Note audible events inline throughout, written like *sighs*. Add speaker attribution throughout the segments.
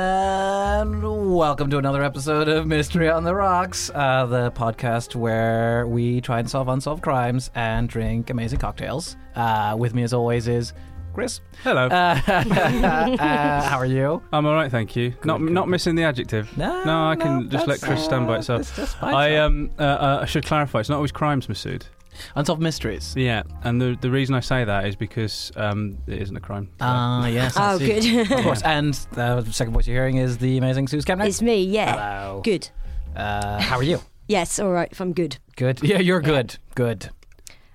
Speaker 1: And welcome to another episode of Mystery on the Rocks, uh, the podcast where we try and solve unsolved crimes and drink amazing cocktails. Uh, with me, as always, is Chris.
Speaker 2: Hello.
Speaker 3: *laughs*
Speaker 1: Uh, how are you?
Speaker 2: I'm all right, thank you. not not missing the adjective.
Speaker 1: No,
Speaker 2: no, I
Speaker 1: no,
Speaker 2: can just let
Speaker 1: that's,
Speaker 2: Chris stand
Speaker 1: uh,
Speaker 2: by itself.
Speaker 1: that's just by
Speaker 2: I
Speaker 1: itself.
Speaker 2: um uh, uh, I should clarify. It's not always crimes, Masood.
Speaker 1: Unsolved mysteries.
Speaker 2: Yeah, and the the reason I say that is because um it isn't a crime.
Speaker 1: Ah, yes. I
Speaker 3: Oh,
Speaker 1: see.
Speaker 3: good.
Speaker 1: of course. And uh, the second voice you're hearing is the amazing Suze Kemner.
Speaker 3: It's me, yeah.
Speaker 1: Hello.
Speaker 3: Good.
Speaker 1: Uh, how are you?
Speaker 3: Yes, all right, if I'm good.
Speaker 1: Good. Yeah, you're good. Good.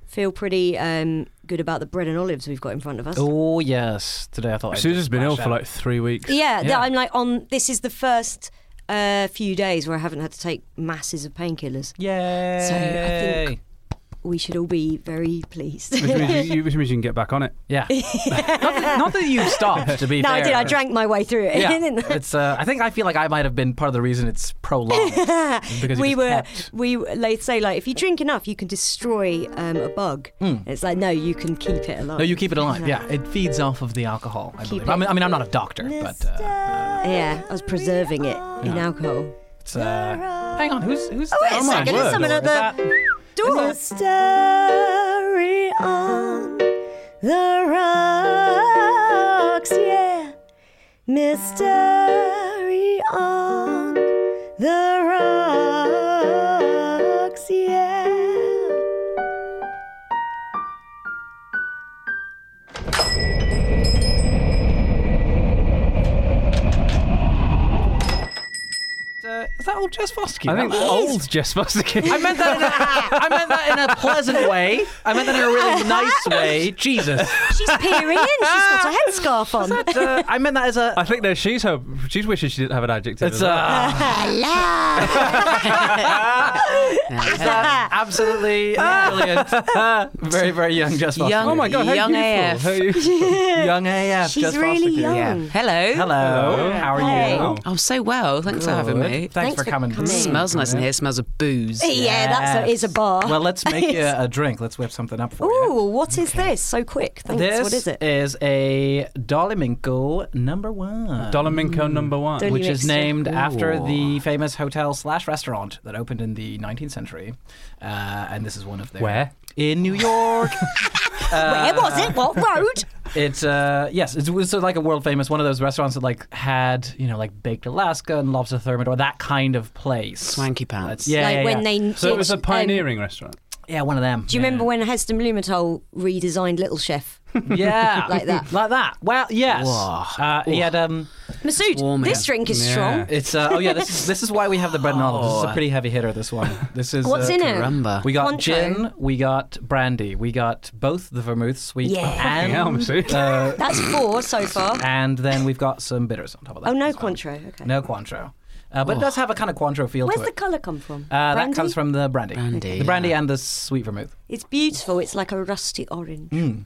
Speaker 3: Feel pretty um, good about the bread and olives we've got in front of us.
Speaker 1: Oh yes. Today I thought I'd
Speaker 2: Susan's been
Speaker 1: smash
Speaker 2: ill for
Speaker 1: out.
Speaker 2: like three weeks.
Speaker 3: Yeah, th-
Speaker 1: Yeah.
Speaker 3: I'm like on, this is the first uh, few days where I haven't had to take masses of painkillers.
Speaker 1: Yay!
Speaker 3: So I think- We should all be very pleased. *laughs*
Speaker 2: Which means
Speaker 1: *laughs*
Speaker 2: you, which means you can get back on it.
Speaker 1: Yeah. *laughs* not, that, not that you stopped, to be
Speaker 3: no,
Speaker 1: fair.
Speaker 3: I did, I drank my way through it. *laughs*
Speaker 1: Yeah,
Speaker 3: didn't I?
Speaker 1: it's. Uh, I think I feel like I might have been part of the reason it's prolonged
Speaker 3: *laughs*
Speaker 1: because
Speaker 3: we
Speaker 1: you just
Speaker 3: were
Speaker 1: kept-
Speaker 3: we they say like if you drink enough you can destroy um, a bug it's like no you can keep it alive
Speaker 1: Hmm. No, you keep it alive. Yeah, it feeds off of the alcohol. I believe. I mean, I mean, I'm not a doctor, but uh,
Speaker 3: yeah i was preserving it in alcohol
Speaker 1: it's. Uh, hang on, who's who's?
Speaker 3: Oh,
Speaker 1: Oh,
Speaker 3: wait a
Speaker 1: my
Speaker 3: second, there's
Speaker 1: word.
Speaker 3: someone at
Speaker 1: Is
Speaker 3: the-
Speaker 1: that-
Speaker 3: door. Mystery on the rocks, yeah. Mystery on the rocks, yeah.
Speaker 1: uh, is that old Jess Foskey?
Speaker 2: I think old Jess Fosterkin.
Speaker 1: I meant that. In a, I meant that in a pleasant way. I meant that in a really nice way. Jesus.
Speaker 3: She's peering in. She's got a headscarf on.
Speaker 1: *laughs* But, uh, I meant that as a.
Speaker 2: I think that she's hope she's wishing she didn't have an adjective.
Speaker 1: *laughs* It's
Speaker 2: as
Speaker 1: *laughs*
Speaker 2: well.
Speaker 1: uh, Is that *laughs*
Speaker 3: *laughs*
Speaker 1: absolutely brilliant. Ah. *laughs* very, very young Jess Foster.
Speaker 4: Young-
Speaker 2: oh my god, how
Speaker 4: Young AF.
Speaker 2: beautiful! How
Speaker 3: *laughs*
Speaker 2: beautiful.
Speaker 1: young AF.
Speaker 3: She's
Speaker 1: Jess Foster.
Speaker 3: really young.
Speaker 4: Yeah. Hello.
Speaker 1: Hello.
Speaker 2: Hello.
Speaker 1: How are
Speaker 3: Hey.
Speaker 1: you?
Speaker 2: Oh.
Speaker 4: I'm so well. Thanks for having
Speaker 1: Good.
Speaker 4: me.
Speaker 1: Thanks, for, coming.
Speaker 4: Smells nice in here. Smells of booze.
Speaker 3: Yeah, that's a, is a bar.
Speaker 1: Well, let's
Speaker 3: *laughs*
Speaker 1: make you a drink. Let's whip something up for you.
Speaker 3: Ooh, what is this? So quick. Thanks.
Speaker 1: This
Speaker 3: what is it?
Speaker 1: is a Dolominko number one.
Speaker 2: Dolominko
Speaker 1: Mm.
Speaker 2: number one.
Speaker 3: Don't
Speaker 1: which
Speaker 3: you
Speaker 1: is
Speaker 3: mix it?
Speaker 1: named after the famous hotel slash restaurant that opened in the 19th century, uh, and this is one of their
Speaker 2: Where?
Speaker 1: in New York.
Speaker 3: *laughs* Where was
Speaker 1: uh,
Speaker 3: it? What road?
Speaker 1: It's uh yes, it was sort of like a world famous one of those restaurants that like had you know like baked Alaska and lobster thermidor that kind of place.
Speaker 4: Swanky pants.
Speaker 1: yeah,
Speaker 3: like
Speaker 1: yeah,
Speaker 3: when
Speaker 1: yeah.
Speaker 3: they.
Speaker 2: so it was a
Speaker 3: um,
Speaker 2: pioneering restaurant.
Speaker 1: yeah, one of them.
Speaker 3: Do you remember when Heston Blumenthal redesigned Little
Speaker 1: *laughs*
Speaker 3: Chef?
Speaker 1: Yeah,
Speaker 3: *laughs* Like that.
Speaker 1: like that. Well, yes.
Speaker 4: Whoa.
Speaker 1: Uh, he had um.
Speaker 3: Masood,
Speaker 4: warming.
Speaker 3: this drink is
Speaker 2: Yeah.
Speaker 3: strong.
Speaker 1: It's uh. Oh yeah. This is this is why we have the bread and olives. This is a
Speaker 4: Oh.
Speaker 1: pretty heavy hitter. This one. This is
Speaker 3: What's
Speaker 1: uh,
Speaker 3: in it?
Speaker 4: Caramba.
Speaker 1: We got
Speaker 3: Poncho.
Speaker 1: gin. We got brandy. We got both the vermouths. We
Speaker 3: Yeah. Fucking
Speaker 2: Hell,
Speaker 1: and
Speaker 2: Masood.
Speaker 1: uh,
Speaker 3: That's four so far.
Speaker 1: and then we've got some bitters on top of that.
Speaker 3: Oh, no
Speaker 1: as well.
Speaker 3: Cointreau. Okay.
Speaker 1: No Cointreau. Uh, but it does have a kind of Cointreau feel
Speaker 3: Where's
Speaker 1: to
Speaker 3: the
Speaker 1: it.
Speaker 3: colour come from?
Speaker 1: Uh, that
Speaker 3: Brandy?
Speaker 1: comes from the brandy.
Speaker 4: Brandy,
Speaker 1: The brandy
Speaker 4: yeah.
Speaker 1: and the sweet vermouth.
Speaker 3: It's beautiful. It's like a rusty orange.
Speaker 1: Mm.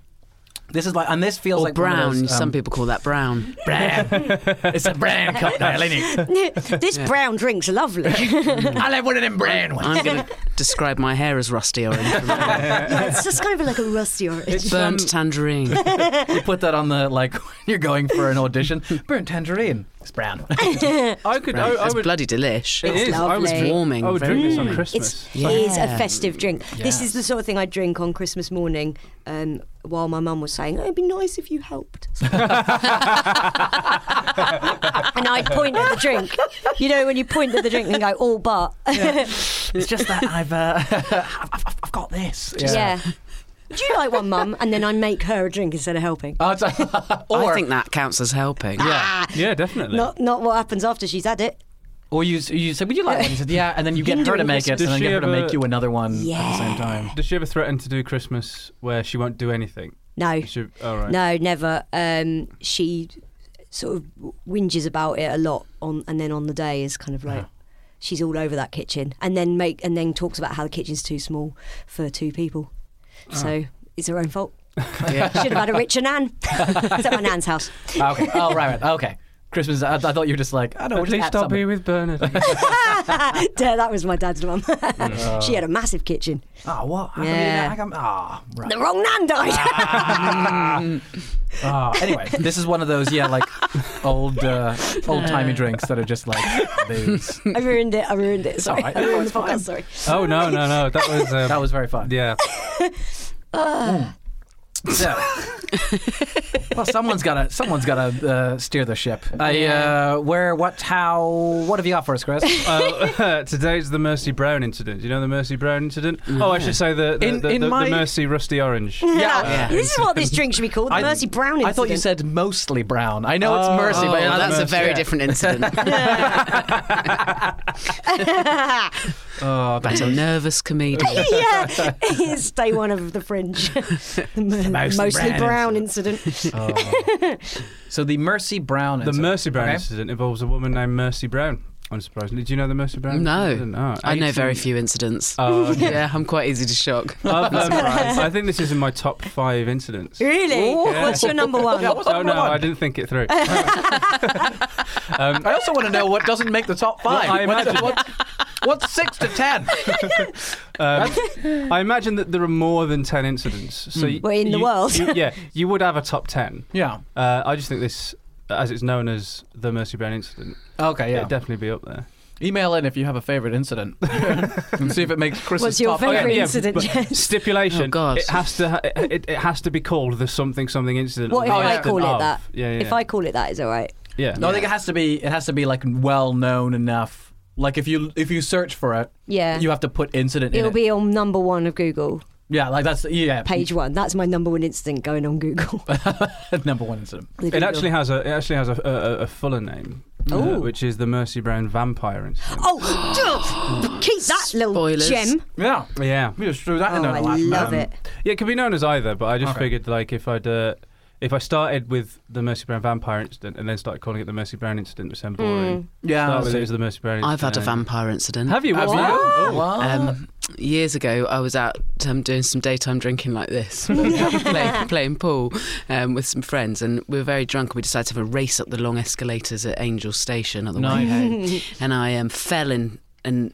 Speaker 1: This is like, and this feels
Speaker 4: Or
Speaker 1: like one of
Speaker 4: brown.
Speaker 1: those, um,
Speaker 4: Some people call that brown.
Speaker 1: *laughs* it's a brown cocktail, isn't it?
Speaker 3: *laughs* this brown drink's lovely. *laughs*
Speaker 1: *laughs* I'll have one of them brown ones.
Speaker 4: I'm going to describe my hair as rusty orange.
Speaker 3: it's just kind of like a rusty orange.
Speaker 1: It's um,
Speaker 4: Burnt tangerine.
Speaker 1: you put that on the like *laughs* when you're going for an audition. Burnt tangerine. It's brown.
Speaker 2: I could. I, I
Speaker 4: It's
Speaker 2: would.
Speaker 4: bloody delish.
Speaker 2: It is. I would
Speaker 3: lovely.
Speaker 4: It's
Speaker 2: drink-
Speaker 4: warming.
Speaker 2: I would
Speaker 4: very
Speaker 2: drink this on
Speaker 4: warming.
Speaker 2: Christmas.
Speaker 3: It is a festive drink. This is the sort of thing I drink on Christmas morning um, while my mum was saying, oh, it'd be nice if you helped. *laughs* and I'd point at the drink. You know, when you point at the drink and go, all but.
Speaker 1: it's just that I've uh, *laughs* I've, I've, I've got this.
Speaker 3: *laughs* yeah. Would you like one, mum? And then I make her a drink instead of helping.
Speaker 1: Oh, it's- *laughs*
Speaker 4: I think that counts as helping.
Speaker 2: Yeah, definitely.
Speaker 3: Not not what happens after she's had it.
Speaker 1: Or you s- you say, would you like one? He said, yeah, and then you get her to
Speaker 3: Hindering
Speaker 1: make it,
Speaker 2: Does
Speaker 1: and then
Speaker 2: she
Speaker 1: get her to
Speaker 2: ever-
Speaker 1: make you another one at the
Speaker 3: Yeah.
Speaker 1: same time.
Speaker 2: Does she ever threaten to do Christmas where she won't do anything?
Speaker 3: No,
Speaker 2: She, all right.
Speaker 3: no, never. Um, she sort of whinges about it a lot on, and then on the day is kind of like.
Speaker 1: Uh-huh.
Speaker 3: She's all over that kitchen, and then make and then talks about how the kitchen's too small for two people,
Speaker 1: Uh-huh.
Speaker 3: so it's her own
Speaker 1: *laughs*
Speaker 3: fault.
Speaker 4: Yeah.
Speaker 3: Should have had a richer nan. *laughs* it's at my nan's house.
Speaker 1: Ah, okay. Oh, right, right. Okay. Christmas. I, I thought you were just like, I don't
Speaker 2: At
Speaker 1: know.
Speaker 2: least I'll be with Bernard.
Speaker 3: Yeah, Uh, that was my dad's *laughs* mum. she had a massive kitchen.
Speaker 1: Oh, what? How
Speaker 3: Yeah.
Speaker 1: Come, ah, right.
Speaker 3: The wrong nan died.
Speaker 1: *laughs* Ah, anyway, this is one of those,
Speaker 2: *laughs*
Speaker 1: yeah, like old uh, old timey drinks that are just like these.
Speaker 3: I ruined it. I ruined it. Sorry.
Speaker 1: all right.
Speaker 3: *laughs* I
Speaker 1: No,
Speaker 3: ruined
Speaker 1: it's
Speaker 3: the podcast.
Speaker 1: fine.
Speaker 3: Sorry.
Speaker 2: oh no, no, no. That was. Um,
Speaker 1: That was very fun.
Speaker 2: *laughs* Yeah.
Speaker 1: So, well, someone's gotta someone's gotta uh, steer the ship. I uh, where, what, how, what have you got for us,
Speaker 2: *laughs*
Speaker 1: Chris?
Speaker 2: Uh, today's the Mercy Brown incident. You know the Mercy Brown incident? Oh, I should say the the,
Speaker 1: In-
Speaker 2: the,
Speaker 1: in
Speaker 2: the,
Speaker 1: my-
Speaker 2: the Mercy Rusty Orange.
Speaker 3: Mm. Yeah. *laughs* This is what this drink should be called. The
Speaker 1: I-
Speaker 3: Mercy Brown
Speaker 1: I thought you
Speaker 3: incident.
Speaker 1: said mostly brown. I know it's
Speaker 2: Oh,
Speaker 1: mercy,
Speaker 4: Oh,
Speaker 1: but it's
Speaker 4: that's a
Speaker 1: mercy.
Speaker 4: very
Speaker 1: Yeah.
Speaker 4: different incident.
Speaker 3: *laughs*
Speaker 1: Oh,
Speaker 4: That's a nervous comedian.
Speaker 3: yeah, *laughs* it's day one of the *laughs* fringe. The mo-
Speaker 1: mostly
Speaker 3: mostly,
Speaker 1: brown
Speaker 2: *laughs*
Speaker 3: brown incident.
Speaker 2: Oh.
Speaker 1: So the Mercy Brown.
Speaker 2: The Mercy Brown
Speaker 1: Okay.
Speaker 2: incident involves a woman named Mercy Brown. Unsurprisingly, do you know the Mercy Brown?
Speaker 4: No,
Speaker 2: incident? Oh,
Speaker 4: I know
Speaker 2: 18
Speaker 4: very few incidents.
Speaker 2: Oh, okay.
Speaker 4: *laughs* yeah, I'm quite easy to shock.
Speaker 2: Of, um, I think this is in my top five incidents.
Speaker 3: Really?
Speaker 2: Yeah.
Speaker 3: What's your number one?
Speaker 1: Yeah, what's
Speaker 2: oh
Speaker 1: number
Speaker 2: no,
Speaker 1: one?
Speaker 2: I didn't think it through.
Speaker 1: I also want to know what doesn't make the top five.
Speaker 2: I
Speaker 1: What's-
Speaker 2: imagine-
Speaker 1: what's, what's six to ten?
Speaker 2: Um, *laughs* I imagine that there are more than ten incidents. So
Speaker 1: Hmm.
Speaker 2: y-
Speaker 3: Well, in the
Speaker 2: you-
Speaker 3: world. *laughs*
Speaker 2: you- yeah, you would have a top ten.
Speaker 1: Yeah.
Speaker 2: Uh, I just think this, as it's known as the Mercy Brown incident,
Speaker 1: Okay.
Speaker 2: it'd
Speaker 1: Yeah.
Speaker 2: definitely be up there.
Speaker 1: Email in if you have a favorite incident *laughs* and see if it makes Chris's
Speaker 3: What's your
Speaker 1: top
Speaker 3: favourite
Speaker 1: five.
Speaker 2: Oh, yeah,
Speaker 3: incident,
Speaker 2: but
Speaker 1: *laughs*
Speaker 3: Jess?
Speaker 2: stipulation.
Speaker 4: Oh, God.
Speaker 2: It has to. ha- It, it, it has to be called the something something incident.
Speaker 3: What if
Speaker 2: or the
Speaker 3: I
Speaker 2: incident
Speaker 3: call it
Speaker 2: of.
Speaker 3: that?
Speaker 2: Yeah, yeah.
Speaker 3: If I call it that, is all right.
Speaker 2: yeah.
Speaker 1: No, I think it has to be. It has to be like well known enough. Like if you if you search for it,
Speaker 3: Yeah.
Speaker 1: you have to put incident in
Speaker 3: It'll
Speaker 1: it.
Speaker 3: be on number one of Google,
Speaker 1: yeah, like that's yeah
Speaker 3: page one. That's my number one incident going on Google.
Speaker 1: *laughs* number one incident.
Speaker 2: *laughs*
Speaker 3: The
Speaker 2: It
Speaker 3: Google. *gasps*
Speaker 2: actually has a it actually has a, a, a- a fuller name, uh,
Speaker 3: Ooh.
Speaker 2: which is the Mercy Brown Vampire Incident.
Speaker 3: Oh, keep that little
Speaker 4: Spoilers.
Speaker 3: gem.
Speaker 1: Yeah,
Speaker 2: Yeah,
Speaker 1: we just threw that in
Speaker 3: Oh,
Speaker 1: there.
Speaker 3: I
Speaker 1: last
Speaker 2: um,
Speaker 3: love
Speaker 1: minute.
Speaker 3: it.
Speaker 2: yeah, it could be known as either, but I just
Speaker 1: Okay.
Speaker 2: figured like if I'd uh, if I started with the Mercy Brown Vampire Incident and then started calling it the Mercy Brown Incident, it would sound boring.
Speaker 1: Yeah,
Speaker 2: Start
Speaker 1: I
Speaker 2: with
Speaker 1: see.
Speaker 2: it as the Mercy Brown. Incident
Speaker 4: I've had a vampire incident.
Speaker 2: Have you? What
Speaker 1: Wow.
Speaker 2: Have you?
Speaker 4: Um, years ago, I was out um, doing some daytime drinking like this, play, playing pool um, with some friends, and we were very drunk. and We decided to have a race up the long escalators at Angel Station on the way
Speaker 1: Nice.
Speaker 4: home, and I um, fell in and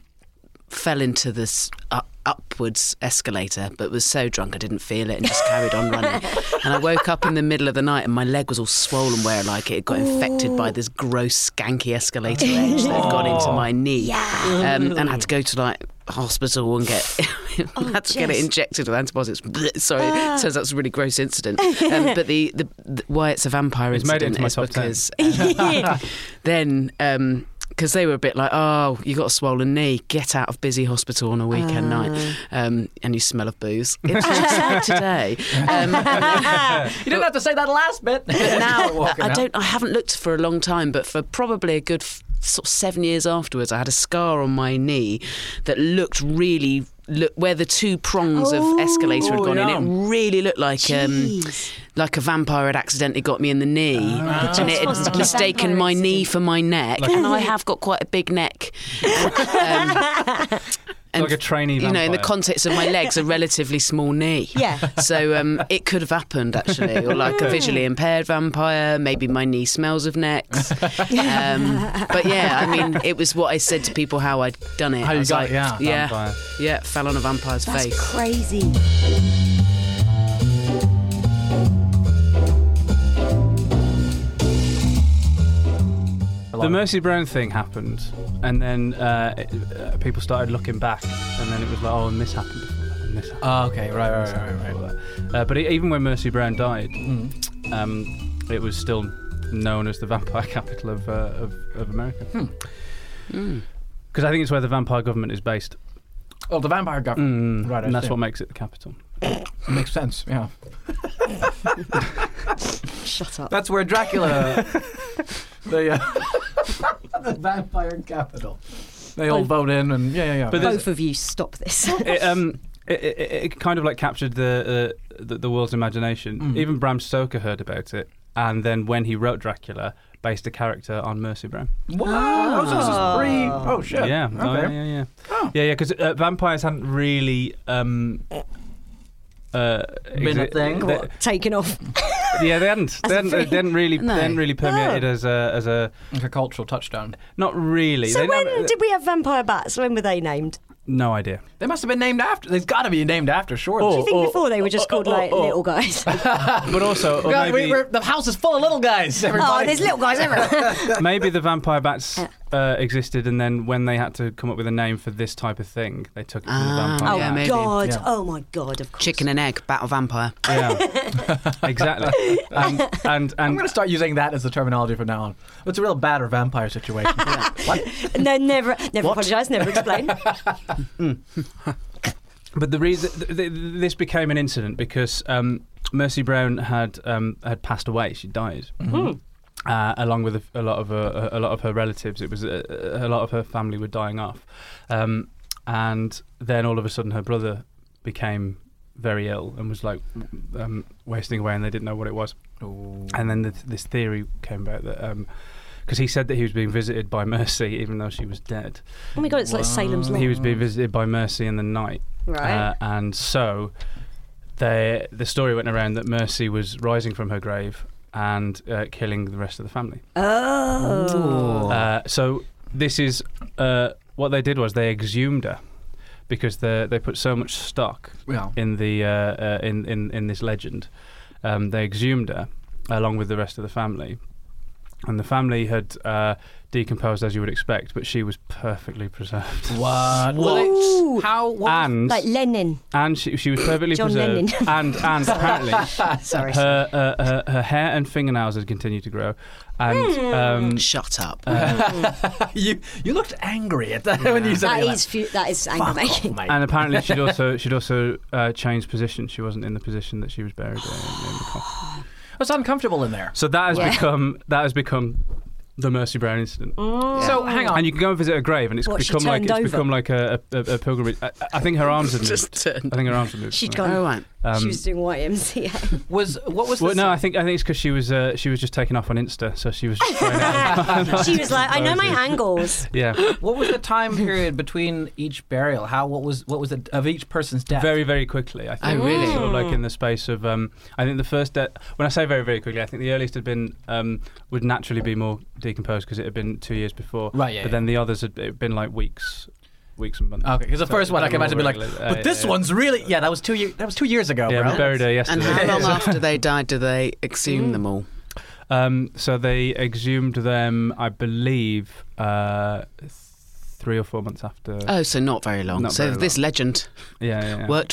Speaker 4: fell into this u- upwards escalator, but was so drunk I didn't feel it and just carried on running. And I woke up in the middle of the night, and my leg was all swollen where like it had got infected by this gross, skanky escalator edge that had gone into my knee, um, and I had to go to like hospital and get *laughs* had to get it
Speaker 3: Jess.
Speaker 4: injected with antibiotics. *laughs* Sorry, it turns out it's a really gross incident. Um, but the, the, the why it's a vampire
Speaker 2: It's made it
Speaker 4: incident
Speaker 2: into my
Speaker 4: is
Speaker 2: top 10.
Speaker 4: because um, *laughs* then. Um, because they were a bit like, oh, you got a swollen knee, get out of busy hospital on a weekend night, um, and you smell
Speaker 2: *laughs*
Speaker 4: of booze. It's just like today. Um,
Speaker 1: You didn't have to say that last
Speaker 3: *laughs*
Speaker 1: bit. *laughs*
Speaker 4: but *laughs* now
Speaker 1: Walking
Speaker 4: I
Speaker 1: out.
Speaker 4: don't. I haven't looked for a long time, but for probably a good f- sort of seven years afterwards, I had a scar on my knee that looked really look where the two prongs of escalator had
Speaker 1: Oh,
Speaker 4: gone
Speaker 1: yeah.
Speaker 4: in. It really looked like um,
Speaker 3: Jeez.
Speaker 4: like a vampire had accidentally got me in the knee,
Speaker 1: Oh.
Speaker 4: and
Speaker 3: Ah.
Speaker 4: it
Speaker 3: Just
Speaker 4: had
Speaker 3: like a
Speaker 4: mistaken
Speaker 3: vampire
Speaker 4: my
Speaker 3: incident.
Speaker 4: knee for my neck. and I have got quite a
Speaker 3: *laughs*
Speaker 4: big neck. Um, and
Speaker 2: like a trainee
Speaker 4: you know, in the
Speaker 2: vampire.
Speaker 4: context of my legs, a relatively small knee.
Speaker 3: Yeah.
Speaker 4: So um, it could have happened actually, or like a visually impaired vampire. Maybe my knee smells of necks. Um, but yeah, I mean, it was what I said to people how I'd done it.
Speaker 1: How
Speaker 4: I
Speaker 1: you
Speaker 4: was
Speaker 1: got
Speaker 4: like,
Speaker 1: it, yeah.
Speaker 4: yeah,
Speaker 2: Vampire.
Speaker 4: yeah, fell on a vampire's
Speaker 3: That's
Speaker 4: face.
Speaker 3: crazy.
Speaker 2: The Mercy Brown thing happened, and then uh, it, uh, people started looking back, and then it was like, oh, and this happened before that, and this happened.
Speaker 1: Oh, okay, right,
Speaker 2: and this
Speaker 1: right,
Speaker 2: happened
Speaker 1: right, right,
Speaker 2: before that. Uh, but e even when Mercy Brown died,
Speaker 1: Mm.
Speaker 2: um, it was still known as the vampire *laughs* capital of, uh, of, of America. Because I think it's where the vampire government is based,
Speaker 1: Oh, the vampire government. Right, I
Speaker 2: Mm, and that's
Speaker 1: see.
Speaker 2: what makes it the capital.
Speaker 1: makes sense. Yeah,
Speaker 3: Shut up.
Speaker 1: that's where Dracula. the, uh, *laughs* the vampire capital. They all vote in, and yeah, yeah, yeah.
Speaker 2: But there's-
Speaker 3: Both of you, stop
Speaker 2: *laughs*
Speaker 3: this.
Speaker 2: it, um, it, it, it- it kind of like captured the uh, the, the world's imagination.
Speaker 1: Mm.
Speaker 2: Even Bram Stoker heard about it, and then when he wrote Dracula, based a character on Mercy Brown.
Speaker 1: wow, oh, so this is pre. Oh shit.
Speaker 2: Yeah,
Speaker 1: Okay.
Speaker 2: oh, yeah, yeah, yeah, yeah, yeah. Because uh, vampires hadn't really. Um, uh,
Speaker 1: Been a
Speaker 2: exi-
Speaker 1: thing?
Speaker 2: they-
Speaker 1: What?
Speaker 2: *laughs*
Speaker 3: Taken off.
Speaker 2: yeah, they hadn't. They hadn't, they hadn't really.
Speaker 4: No.
Speaker 2: They hadn't really permeated as a as a.
Speaker 1: Like a cultural touchdown.
Speaker 2: Not really.
Speaker 3: So
Speaker 2: They
Speaker 3: when
Speaker 2: never- uh,
Speaker 3: did we have vampire bats? When were they named?
Speaker 2: No idea.
Speaker 1: They must have been named after. They've got to be named after, surely.
Speaker 3: Do you think
Speaker 2: Oh, oh,
Speaker 3: before they were just
Speaker 2: oh,
Speaker 3: called
Speaker 2: oh,
Speaker 3: like
Speaker 2: oh, oh. *laughs*
Speaker 3: little guys?
Speaker 1: *laughs*
Speaker 2: But also, or
Speaker 1: God,
Speaker 2: oh, maybe,
Speaker 1: we, we're, the house is full of little guys. *laughs*
Speaker 3: oh,
Speaker 1: Everybody.
Speaker 3: there's little guys everywhere.
Speaker 2: maybe the vampire
Speaker 4: *laughs*
Speaker 2: bats uh, existed, and then when they had to come up with a name for this type of thing, they took it from the
Speaker 4: Ah,
Speaker 2: vampire.
Speaker 3: oh
Speaker 4: yeah,
Speaker 2: bat.
Speaker 4: maybe.
Speaker 3: God!
Speaker 1: Yeah.
Speaker 3: Oh my God! Of course.
Speaker 4: Chicken and egg, battle vampire.
Speaker 2: Yeah. *laughs*
Speaker 4: *laughs*
Speaker 2: exactly. And and,
Speaker 1: I'm
Speaker 2: and
Speaker 1: going to start using that as the terminology from now on. It's a real bad or vampire situation. *laughs* What?
Speaker 3: No, never, never apologise, never explain.
Speaker 2: but the reason th- th- th- this became an incident because um, Mercy Brown had um, had passed away. She died. Uh, along with a, a lot of uh, a lot of her relatives, it was uh, a lot of her family were dying off, um, and then all of a sudden her brother became very ill and was like um, wasting away, and they didn't know what it was. And then th this theory came about that because he said that he was being visited by Mercy, even though she was dead.
Speaker 3: Oh my God! It's like Salem's Lot.
Speaker 2: He was being visited by Mercy in the night.
Speaker 3: Right.
Speaker 2: Uh, and so the the story went around that Mercy was rising from her grave and uh, killing the rest of the family.
Speaker 3: oh.
Speaker 2: Uh, so this is uh, what they did was they exhumed her because the, they put so much stock
Speaker 1: Yeah.
Speaker 2: in the uh, uh, in, in in this legend. Um, they exhumed her along with the rest of the family, and the family had uh, decomposed as you would expect, but she was perfectly preserved.
Speaker 1: What?
Speaker 3: Ooh.
Speaker 1: How? What?
Speaker 2: And
Speaker 3: Like Lenin.
Speaker 2: and she, she was perfectly
Speaker 3: John
Speaker 2: preserved. *laughs*
Speaker 3: Lennon.
Speaker 2: And and apparently
Speaker 3: *laughs* Sorry.
Speaker 2: her, uh, her her hair and fingernails had continued to grow, and
Speaker 3: Hmm.
Speaker 2: um,
Speaker 4: Shut up.
Speaker 1: Uh, *laughs* you you looked angry at that when you said
Speaker 3: That
Speaker 1: you're
Speaker 3: is fu- that is
Speaker 1: like,
Speaker 3: anger
Speaker 1: "Fuck off,
Speaker 3: making.
Speaker 1: mate."
Speaker 2: and apparently
Speaker 3: *laughs*
Speaker 2: she'd also she'd also uh, changed position. She wasn't in the position that she was buried in. in the
Speaker 3: *gasps*
Speaker 2: coffin.
Speaker 1: It's uncomfortable in there.
Speaker 2: so that has
Speaker 3: Yeah.
Speaker 2: become that has become the Mercy Brown incident.
Speaker 1: So hang on.
Speaker 2: And you can go and visit her grave, and it's
Speaker 3: Mm. What, she
Speaker 2: become like
Speaker 3: turned
Speaker 2: it's
Speaker 3: over?
Speaker 2: become like a, a, a pilgrimage. I, I think her
Speaker 3: *laughs*
Speaker 2: arms had moved.
Speaker 4: Just turned.
Speaker 2: I think her arms had moved.
Speaker 3: She'd
Speaker 2: Right.
Speaker 3: gone.
Speaker 4: All right.
Speaker 3: she was doing YMCA.
Speaker 1: was what was
Speaker 2: Well,
Speaker 1: this?
Speaker 2: no, I think I think it's because she was uh, she was just taking off on Insta, so she was
Speaker 3: *laughs*
Speaker 2: just trying out.
Speaker 3: she was like, I know my angles.
Speaker 2: yeah.
Speaker 1: *laughs* What was the time period between each burial? How? What was? What was it of each person's death?
Speaker 2: very very quickly. I think
Speaker 4: Oh, really?
Speaker 2: sort of like in the space of um, I think the first de- when I say very very quickly, I think the earliest had been um, would naturally be more decomposed because it had been two years before.
Speaker 1: Right, yeah,
Speaker 2: But
Speaker 1: yeah.
Speaker 2: then the others had it been like weeks, weeks and months.
Speaker 1: Okay, because the
Speaker 2: So
Speaker 1: first one I
Speaker 2: they
Speaker 1: can
Speaker 2: were
Speaker 1: imagine be like,
Speaker 2: regular- uh,
Speaker 1: but this
Speaker 2: yeah.
Speaker 1: one's really yeah. That was two years. That was two years ago,
Speaker 2: Yeah,
Speaker 1: bro.
Speaker 2: we buried her
Speaker 4: And
Speaker 2: yesterday.
Speaker 4: how
Speaker 2: *laughs*
Speaker 4: long after they died do they exhume them all?
Speaker 2: Um, so they exhumed them, I believe, uh, th- three or four months after.
Speaker 1: Uh,
Speaker 4: Oh, so not very long.
Speaker 2: Not
Speaker 4: so
Speaker 2: very
Speaker 4: this
Speaker 2: long.
Speaker 4: legend
Speaker 2: yeah, yeah, yeah.
Speaker 4: worked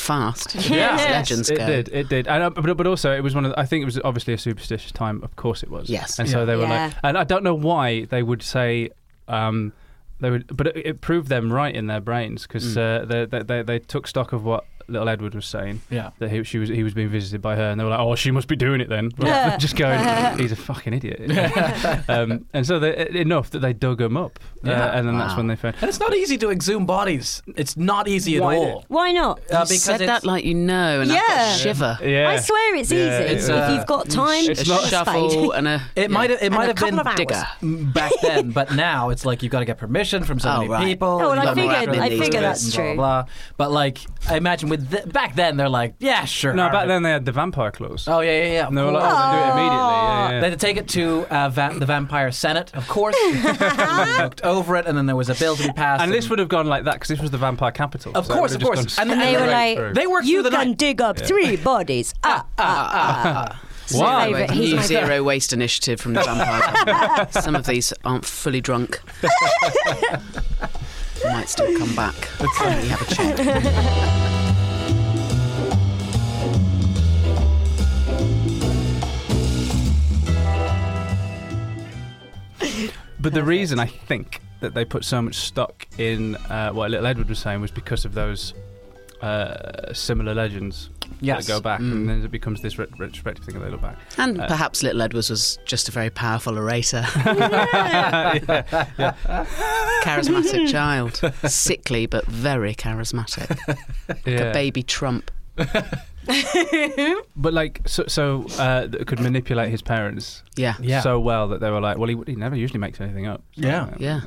Speaker 3: *laughs*
Speaker 4: fast.
Speaker 3: Yeah.
Speaker 4: As
Speaker 3: Yes,
Speaker 4: legends
Speaker 2: it
Speaker 4: go.
Speaker 2: did. It did. And, uh, but, but also, it was one of. The, I think it was obviously a superstitious time. Of course, it was.
Speaker 4: Yes.
Speaker 2: And so they were
Speaker 3: Yeah.
Speaker 2: like, and I don't know why they would say. Um, they would, but it, it proved them right in their brains because uh, they, they, they they took stock of what little Edward was saying.
Speaker 1: Yeah.
Speaker 2: That he, she was he was being visited by her, and they were like, "Oh, she must be doing it
Speaker 3: *laughs*
Speaker 2: then." Rather than just going, *laughs* "He's a fucking idiot." um, and so they, enough that they dug him up, uh,
Speaker 1: Yeah.
Speaker 2: and then that's
Speaker 4: Wow.
Speaker 2: when they found.
Speaker 1: And it's not easy to exhume bodies. It's not easy at
Speaker 2: Why
Speaker 1: all.
Speaker 3: Why not?
Speaker 1: Uh,
Speaker 4: You said
Speaker 1: it's-
Speaker 4: that like you know, and I've got
Speaker 3: Yeah.
Speaker 4: a shiver.
Speaker 2: Yeah.
Speaker 3: I swear it's
Speaker 2: Yeah,
Speaker 3: easy
Speaker 2: it's,
Speaker 3: if
Speaker 1: uh,
Speaker 3: you've got time.
Speaker 2: It's
Speaker 4: A
Speaker 2: not-
Speaker 3: and a
Speaker 4: shovel
Speaker 3: spade.
Speaker 4: and a.
Speaker 1: *laughs* It might have, it might have
Speaker 4: a
Speaker 1: been
Speaker 4: couple of hours.
Speaker 1: back then, but now it's like you've got to get permission from so
Speaker 4: Oh,
Speaker 1: many
Speaker 4: right.
Speaker 1: people.
Speaker 3: Oh, well,
Speaker 1: and
Speaker 3: I
Speaker 1: you've got to
Speaker 4: figured-
Speaker 1: go
Speaker 4: I
Speaker 1: through
Speaker 4: figure
Speaker 1: it
Speaker 3: that's
Speaker 1: and
Speaker 3: true.
Speaker 1: Blah, blah. But like, I imagine with th- back then they're like, yeah, sure.
Speaker 2: No,
Speaker 1: all
Speaker 2: back
Speaker 1: right.
Speaker 2: then they had the vampire claws.
Speaker 1: Oh yeah, yeah, yeah. of
Speaker 2: and they were like,
Speaker 1: course.
Speaker 2: "Oh, they do it immediately." Yeah, yeah.
Speaker 1: They had to take it to uh, va- the Vampire Senate, of
Speaker 4: *laughs*
Speaker 1: course. They looked over it, and then there was a bill to be passed.
Speaker 2: And this would have gone like that because this was the vampire capital.
Speaker 1: Of
Speaker 2: so it
Speaker 1: course,
Speaker 2: would
Speaker 1: of
Speaker 2: have
Speaker 1: course.
Speaker 2: just gone
Speaker 1: And
Speaker 3: And they were
Speaker 2: straight
Speaker 3: like,
Speaker 2: through.
Speaker 1: They worked
Speaker 3: you
Speaker 1: through the
Speaker 3: can
Speaker 1: night."
Speaker 3: dig up three bodies. Ah, ah, ah. It's my
Speaker 2: Wow.
Speaker 3: favourite. He's
Speaker 4: New
Speaker 3: my favourite.
Speaker 4: zero waste initiative from
Speaker 3: *laughs*
Speaker 4: the vampire. Company. Some of these aren't fully drunk. Might still come back. Let me have a check.
Speaker 2: But the reason I think that they put so much stock in uh, what little Edward was saying was because of those uh, similar legends
Speaker 1: Yes. Mm.
Speaker 2: that go back, and then it becomes this ret- retrospective thing that they look back.
Speaker 4: And perhaps Little Edwards was just a very
Speaker 2: *laughs*
Speaker 4: powerful orator. *laughs* charismatic child. Sickly, but very charismatic. Like a
Speaker 2: Yeah.
Speaker 4: baby Trump.
Speaker 2: But like, so, so uh, that could manipulate his parents
Speaker 4: Yeah.
Speaker 1: Yeah.
Speaker 2: so well that they were like, well, he, he never usually makes anything up. So,
Speaker 1: Yeah.
Speaker 2: uh,
Speaker 4: Yeah.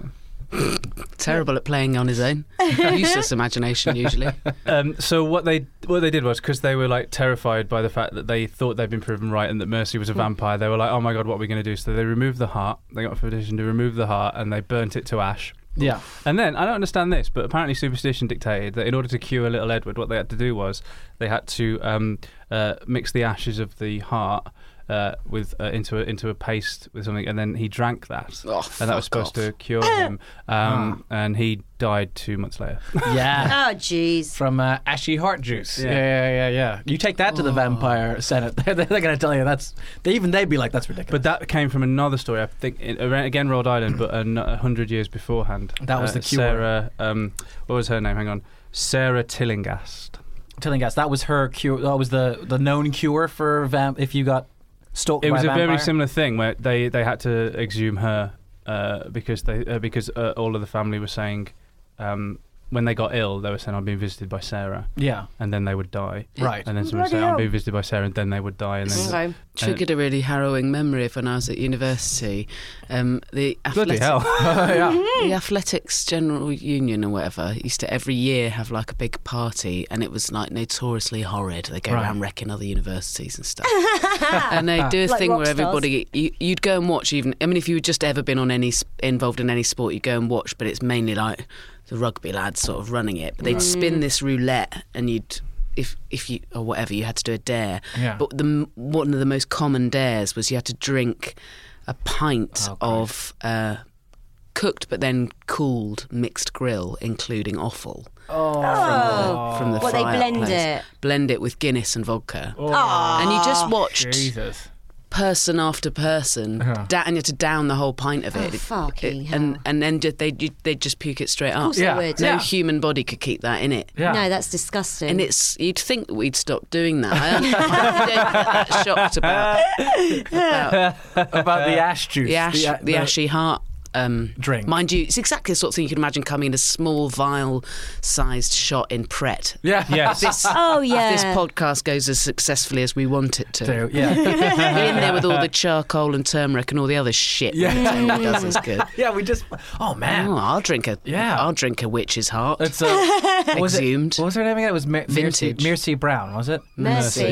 Speaker 4: Terrible at playing on his own. Useless imagination, usually.
Speaker 2: Um, so what they what they did was because they were like terrified by the fact that they thought they'd been proven right and that Mercy
Speaker 4: Hmm.
Speaker 2: was a vampire. They were like, "Oh my god, what are we going to do?" So they removed the heart. They got a petition to remove the heart and they burnt it to ash.
Speaker 1: Yeah.
Speaker 2: And then I don't understand this, but apparently superstition dictated that in order to cure little Edward, what they had to do was they had to um, uh, mix the ashes of the heart. Uh, with uh, into a, into a paste with something, and then he drank that,
Speaker 4: Oh,
Speaker 2: and that was
Speaker 4: fuck Ah.
Speaker 2: supposed to cure him. Um, And he died two months later.
Speaker 1: Yeah.
Speaker 3: Oh, jeez.
Speaker 1: From uh, ashy heart juice.
Speaker 2: Yeah.
Speaker 1: Yeah. yeah, yeah, yeah, You take that to the vampire senate. *laughs* They're, they're going to tell you that's. They, even they'd be like, that's ridiculous.
Speaker 2: But that came from another story, I think, in, around- again, Rhode Island, but an- a hundred years beforehand. Uh,
Speaker 1: That was the cure.
Speaker 2: Sarah, um, what was her name? Hang on, Sarah Tillinghast.
Speaker 1: telling us that was her cure. That was the the known cure for vamp. If you got stalked
Speaker 2: It
Speaker 1: by
Speaker 2: was a
Speaker 1: vampire.
Speaker 2: very similar thing where they, they had to exhume her uh, because they uh, because uh, all of the family were saying um, when they got ill, they were saying I'm being visited by Sarah,
Speaker 1: Yeah.
Speaker 2: and then they would die.
Speaker 4: *laughs*
Speaker 1: Right. *laughs*
Speaker 2: And then someone would say, I'm being visited by Sarah, and then they would die. And then uh,
Speaker 4: Triggered a really harrowing memory of when I was at university. Um, the
Speaker 2: bloody
Speaker 4: athletic,
Speaker 2: hell. yeah.
Speaker 4: the Athletics General Union or whatever used to every year have like a big party, and it was like notoriously horrid. They go
Speaker 1: Right.
Speaker 4: around wrecking other universities and stuff. and they do a
Speaker 3: Like
Speaker 4: thing
Speaker 3: rock
Speaker 4: where
Speaker 3: stars.
Speaker 4: everybody you, you'd go and watch. Even I mean, if you would just ever been on any s- involved in any sport, you would go and watch. But it's mainly like the rugby lads sort of running it. But they'd
Speaker 1: Mm.
Speaker 4: spin this roulette, and you'd. If, if you or whatever you had to do a dare,
Speaker 1: Yeah.
Speaker 4: but the m- one of the most common dares was you had to drink a pint
Speaker 1: Oh,
Speaker 4: of uh, cooked but then cooled mixed grill, including offal. Oh, from the,
Speaker 3: Well,
Speaker 4: from the
Speaker 3: they blend
Speaker 4: fireplace.
Speaker 3: it.
Speaker 4: Blend it with Guinness and vodka, and you just watched
Speaker 1: Oh. Jesus.
Speaker 4: person after person, da- and you had to down the whole pint of it. It-
Speaker 3: Oh, fucking
Speaker 4: it-
Speaker 3: hell.
Speaker 4: and and then ju- they ju- they just puke it straight up.
Speaker 3: course they Yeah. would.
Speaker 4: No
Speaker 3: Yeah.
Speaker 4: human body could keep that in it.
Speaker 1: Yeah.
Speaker 3: No, that's disgusting.
Speaker 4: And it's you'd think that we'd stop doing that. I, I don't get that shocked about, about
Speaker 1: About the ash juice.
Speaker 4: the ash,
Speaker 1: a-
Speaker 4: the, ashy heart um,
Speaker 1: Drink.
Speaker 4: Mind you, it's exactly the sort of thing you can imagine coming in a small vial-sized shot in Pret.
Speaker 1: *laughs* Yeah. *laughs*
Speaker 2: *laughs* Yes.
Speaker 4: This,
Speaker 3: oh *laughs* yeah.
Speaker 4: if this podcast goes as successfully as we want it to, *laughs*
Speaker 1: So, yeah. *laughs*
Speaker 4: You're in there with all the charcoal and turmeric and all the other shit. Yeah, that does is good.
Speaker 1: yeah. We just. Oh man.
Speaker 4: Oh, I'll drink a.
Speaker 1: Yeah.
Speaker 4: I'll drink a witch's heart.
Speaker 1: It's uh,
Speaker 3: *laughs*
Speaker 1: what was
Speaker 4: Exhumed.
Speaker 1: It, what was her name again? It was Mer- Mercy,
Speaker 4: Vintage.
Speaker 1: Mercy Brown, was it?
Speaker 3: Mercy.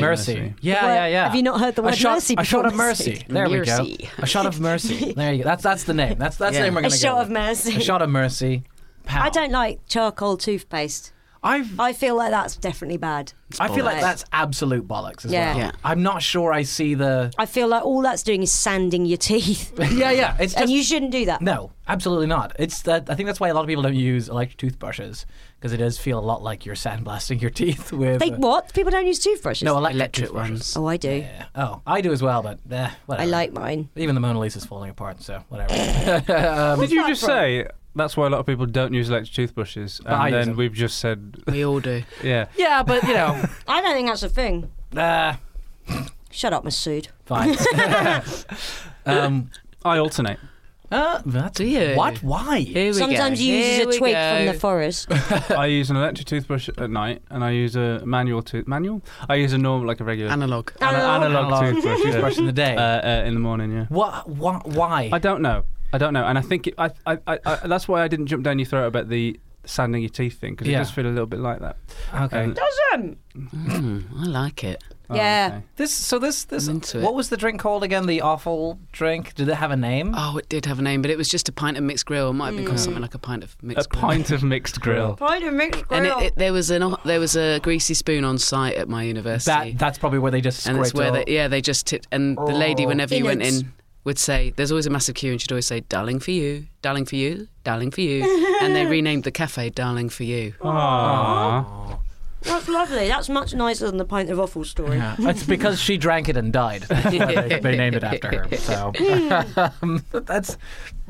Speaker 1: Mercy.
Speaker 2: Mercy.
Speaker 1: Yeah,
Speaker 3: The word-
Speaker 1: yeah, yeah.
Speaker 3: have you not heard the
Speaker 1: A
Speaker 3: word
Speaker 1: shot,
Speaker 3: mercy
Speaker 1: A shot of
Speaker 3: before?
Speaker 1: mercy. There we
Speaker 4: Mercy.
Speaker 1: go. A shot of mercy. There you go. That's that's the name. That's that's
Speaker 4: Yeah.
Speaker 1: the name we're
Speaker 3: a
Speaker 1: gonna go.
Speaker 3: shot of
Speaker 1: with.
Speaker 3: mercy.
Speaker 1: A shot of mercy. Pow.
Speaker 3: I don't like charcoal toothpaste.
Speaker 1: I've.
Speaker 3: I feel like that's definitely bad.
Speaker 1: I feel like
Speaker 3: bollocks.
Speaker 1: that's absolute bollocks as
Speaker 3: Yeah.
Speaker 1: well.
Speaker 4: Yeah.
Speaker 1: I'm not sure I see the.
Speaker 3: *laughs* I feel like all that's doing is sanding
Speaker 1: *laughs*
Speaker 3: your teeth,
Speaker 1: Yeah, yeah. It's
Speaker 3: and
Speaker 1: just
Speaker 3: you shouldn't do that.
Speaker 1: No, absolutely not. It's that I think that's why a lot of people don't use electric toothbrushes because it does feel a lot like you're sandblasting your *laughs* teeth with
Speaker 3: They
Speaker 1: uh,
Speaker 3: what? People don't use toothbrushes.
Speaker 1: no electric,
Speaker 4: electric
Speaker 1: toothbrushes.
Speaker 4: ones.
Speaker 3: oh, I do.
Speaker 1: Yeah. Oh, I do as well, but eh,
Speaker 3: I
Speaker 1: whatever.
Speaker 3: like mine.
Speaker 1: even the Mona Lisa's falling apart, so whatever. *laughs*
Speaker 2: Did you just say that's why a lot of people don't use electric toothbrushes? And
Speaker 1: I use
Speaker 2: then
Speaker 1: them.
Speaker 2: we've just said,
Speaker 4: We all do.
Speaker 1: *laughs*
Speaker 2: yeah.
Speaker 1: yeah, but you
Speaker 3: *laughs*
Speaker 1: know,
Speaker 3: I don't think that's a thing.
Speaker 1: uh,
Speaker 3: Shut up, Masood.
Speaker 1: fine. *laughs* um,
Speaker 2: I alternate.
Speaker 1: uh, that's
Speaker 4: Do you?
Speaker 1: what? Why?
Speaker 4: Here we go.
Speaker 3: Sometimes you use
Speaker 4: Here
Speaker 3: a
Speaker 4: we
Speaker 3: twig
Speaker 4: go.
Speaker 3: from the forest.
Speaker 2: I use an electric toothbrush at night, and I use a manual tooth. Manual? I use a normal, like a regular an-
Speaker 4: analog.
Speaker 3: Oh.
Speaker 2: analog,
Speaker 1: Analog
Speaker 2: toothbrush. yeah.
Speaker 1: toothbrush in the day.
Speaker 2: Uh, uh, in the morning, yeah.
Speaker 1: What? What? Why?
Speaker 2: I don't know. I don't know, and I think it, I, I, I, I, that's why I didn't jump down your throat about the sanding your teeth thing because it
Speaker 1: Yeah.
Speaker 2: does feel a little bit like that. Um,
Speaker 1: okay.
Speaker 2: And-
Speaker 4: I like it.
Speaker 2: oh,
Speaker 3: yeah.
Speaker 2: okay.
Speaker 1: This. So this. This.
Speaker 4: I'm into it.
Speaker 1: What was the drink called again? The awful drink. Did it have a name?
Speaker 4: Oh, it did have a name, but it was just a pint of mixed grill. It might have been called something like a pint of
Speaker 2: A
Speaker 4: mixed grill.
Speaker 2: pint of
Speaker 1: *laughs*
Speaker 2: mixed grill.
Speaker 3: Kind of mixed
Speaker 4: And it, it, there was an o- there was a greasy spoon on site at my university.
Speaker 1: That. That's probably where they just.
Speaker 4: and it's
Speaker 1: scraped
Speaker 4: where
Speaker 1: all-
Speaker 4: they, yeah they just tipped and the
Speaker 3: Oh.
Speaker 4: lady whenever you went
Speaker 3: Innards.
Speaker 4: in would say there's always a massive queue and she'd always say darling for you darling for you darling for you
Speaker 3: *laughs*
Speaker 4: and they renamed the cafe darling for you
Speaker 2: Aww.
Speaker 3: That's lovely. That's much nicer than the pint of offal story.
Speaker 1: Yeah. It's because she drank it and died.
Speaker 2: *laughs*
Speaker 1: That's why they, they named it after her. So *laughs* um, that's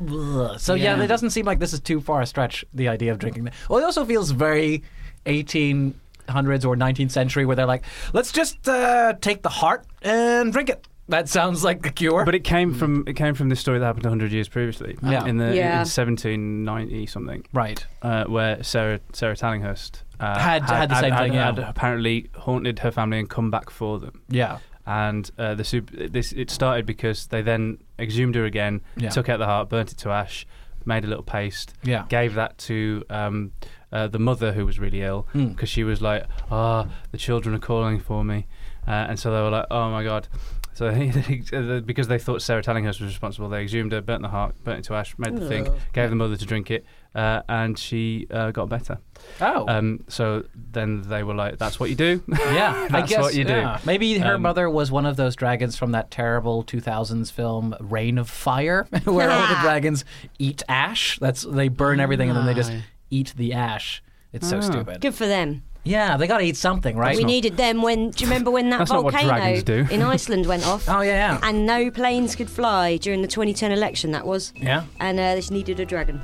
Speaker 1: ugh. so. Yeah.
Speaker 4: Yeah.
Speaker 1: it doesn't seem like this is too far a stretch. The idea of drinking. Well, it also feels very eighteen 1800s or 19th century where they're like, let's just uh, take the heart and drink it. That sounds like the cure.
Speaker 2: But it came from it came from this story that happened 100 years previously.
Speaker 1: Yeah.
Speaker 2: In the in-
Speaker 3: Yeah.
Speaker 2: in 1790 something,
Speaker 1: right.
Speaker 2: uh, where Sarah Sarah Tallinghurst uh,
Speaker 1: Had- had the same thing, yeah.
Speaker 2: had apparently haunted her family and come back for them.
Speaker 1: Yeah.
Speaker 2: and uh, the soup. This it started because they then exhumed her again,
Speaker 1: Yeah.
Speaker 2: took out the heart, burnt it to ash, made a little paste,
Speaker 1: Yeah.
Speaker 2: gave that to um, uh, the mother who was really ill
Speaker 1: Mm.
Speaker 2: because she was like, "Ah, the children are calling for me," uh, and so they were like, "Oh my god." So *laughs* because they thought Sarah Tallinghurst was responsible, they exhumed her, burnt the heart, burnt it to ash, made the thing, gave the mother to drink it, uh, and she uh, got better.
Speaker 1: Oh.
Speaker 2: Um, so then they were like, "That's what you do." *laughs*
Speaker 1: yeah, Ah, I
Speaker 2: That's
Speaker 1: guess
Speaker 2: what you do.
Speaker 1: yeah. Maybe her
Speaker 2: Um,
Speaker 1: mother was one of those dragons from that terrible 2000s film Reign of Fire, *laughs* where all the dragons eat ash. That's they burn everything and then they just
Speaker 4: No.
Speaker 1: eat the ash. It's so stupid.
Speaker 3: Good for them.
Speaker 1: Yeah, they got to eat something, right?
Speaker 3: we needed them when. Do you remember when that
Speaker 2: That's not what
Speaker 3: volcano
Speaker 2: dragons do.
Speaker 3: in Iceland went off?
Speaker 1: Oh, yeah, yeah.
Speaker 3: And no planes could fly during the 2010 election. That was.
Speaker 1: Yeah.
Speaker 3: And uh, they just needed a dragon.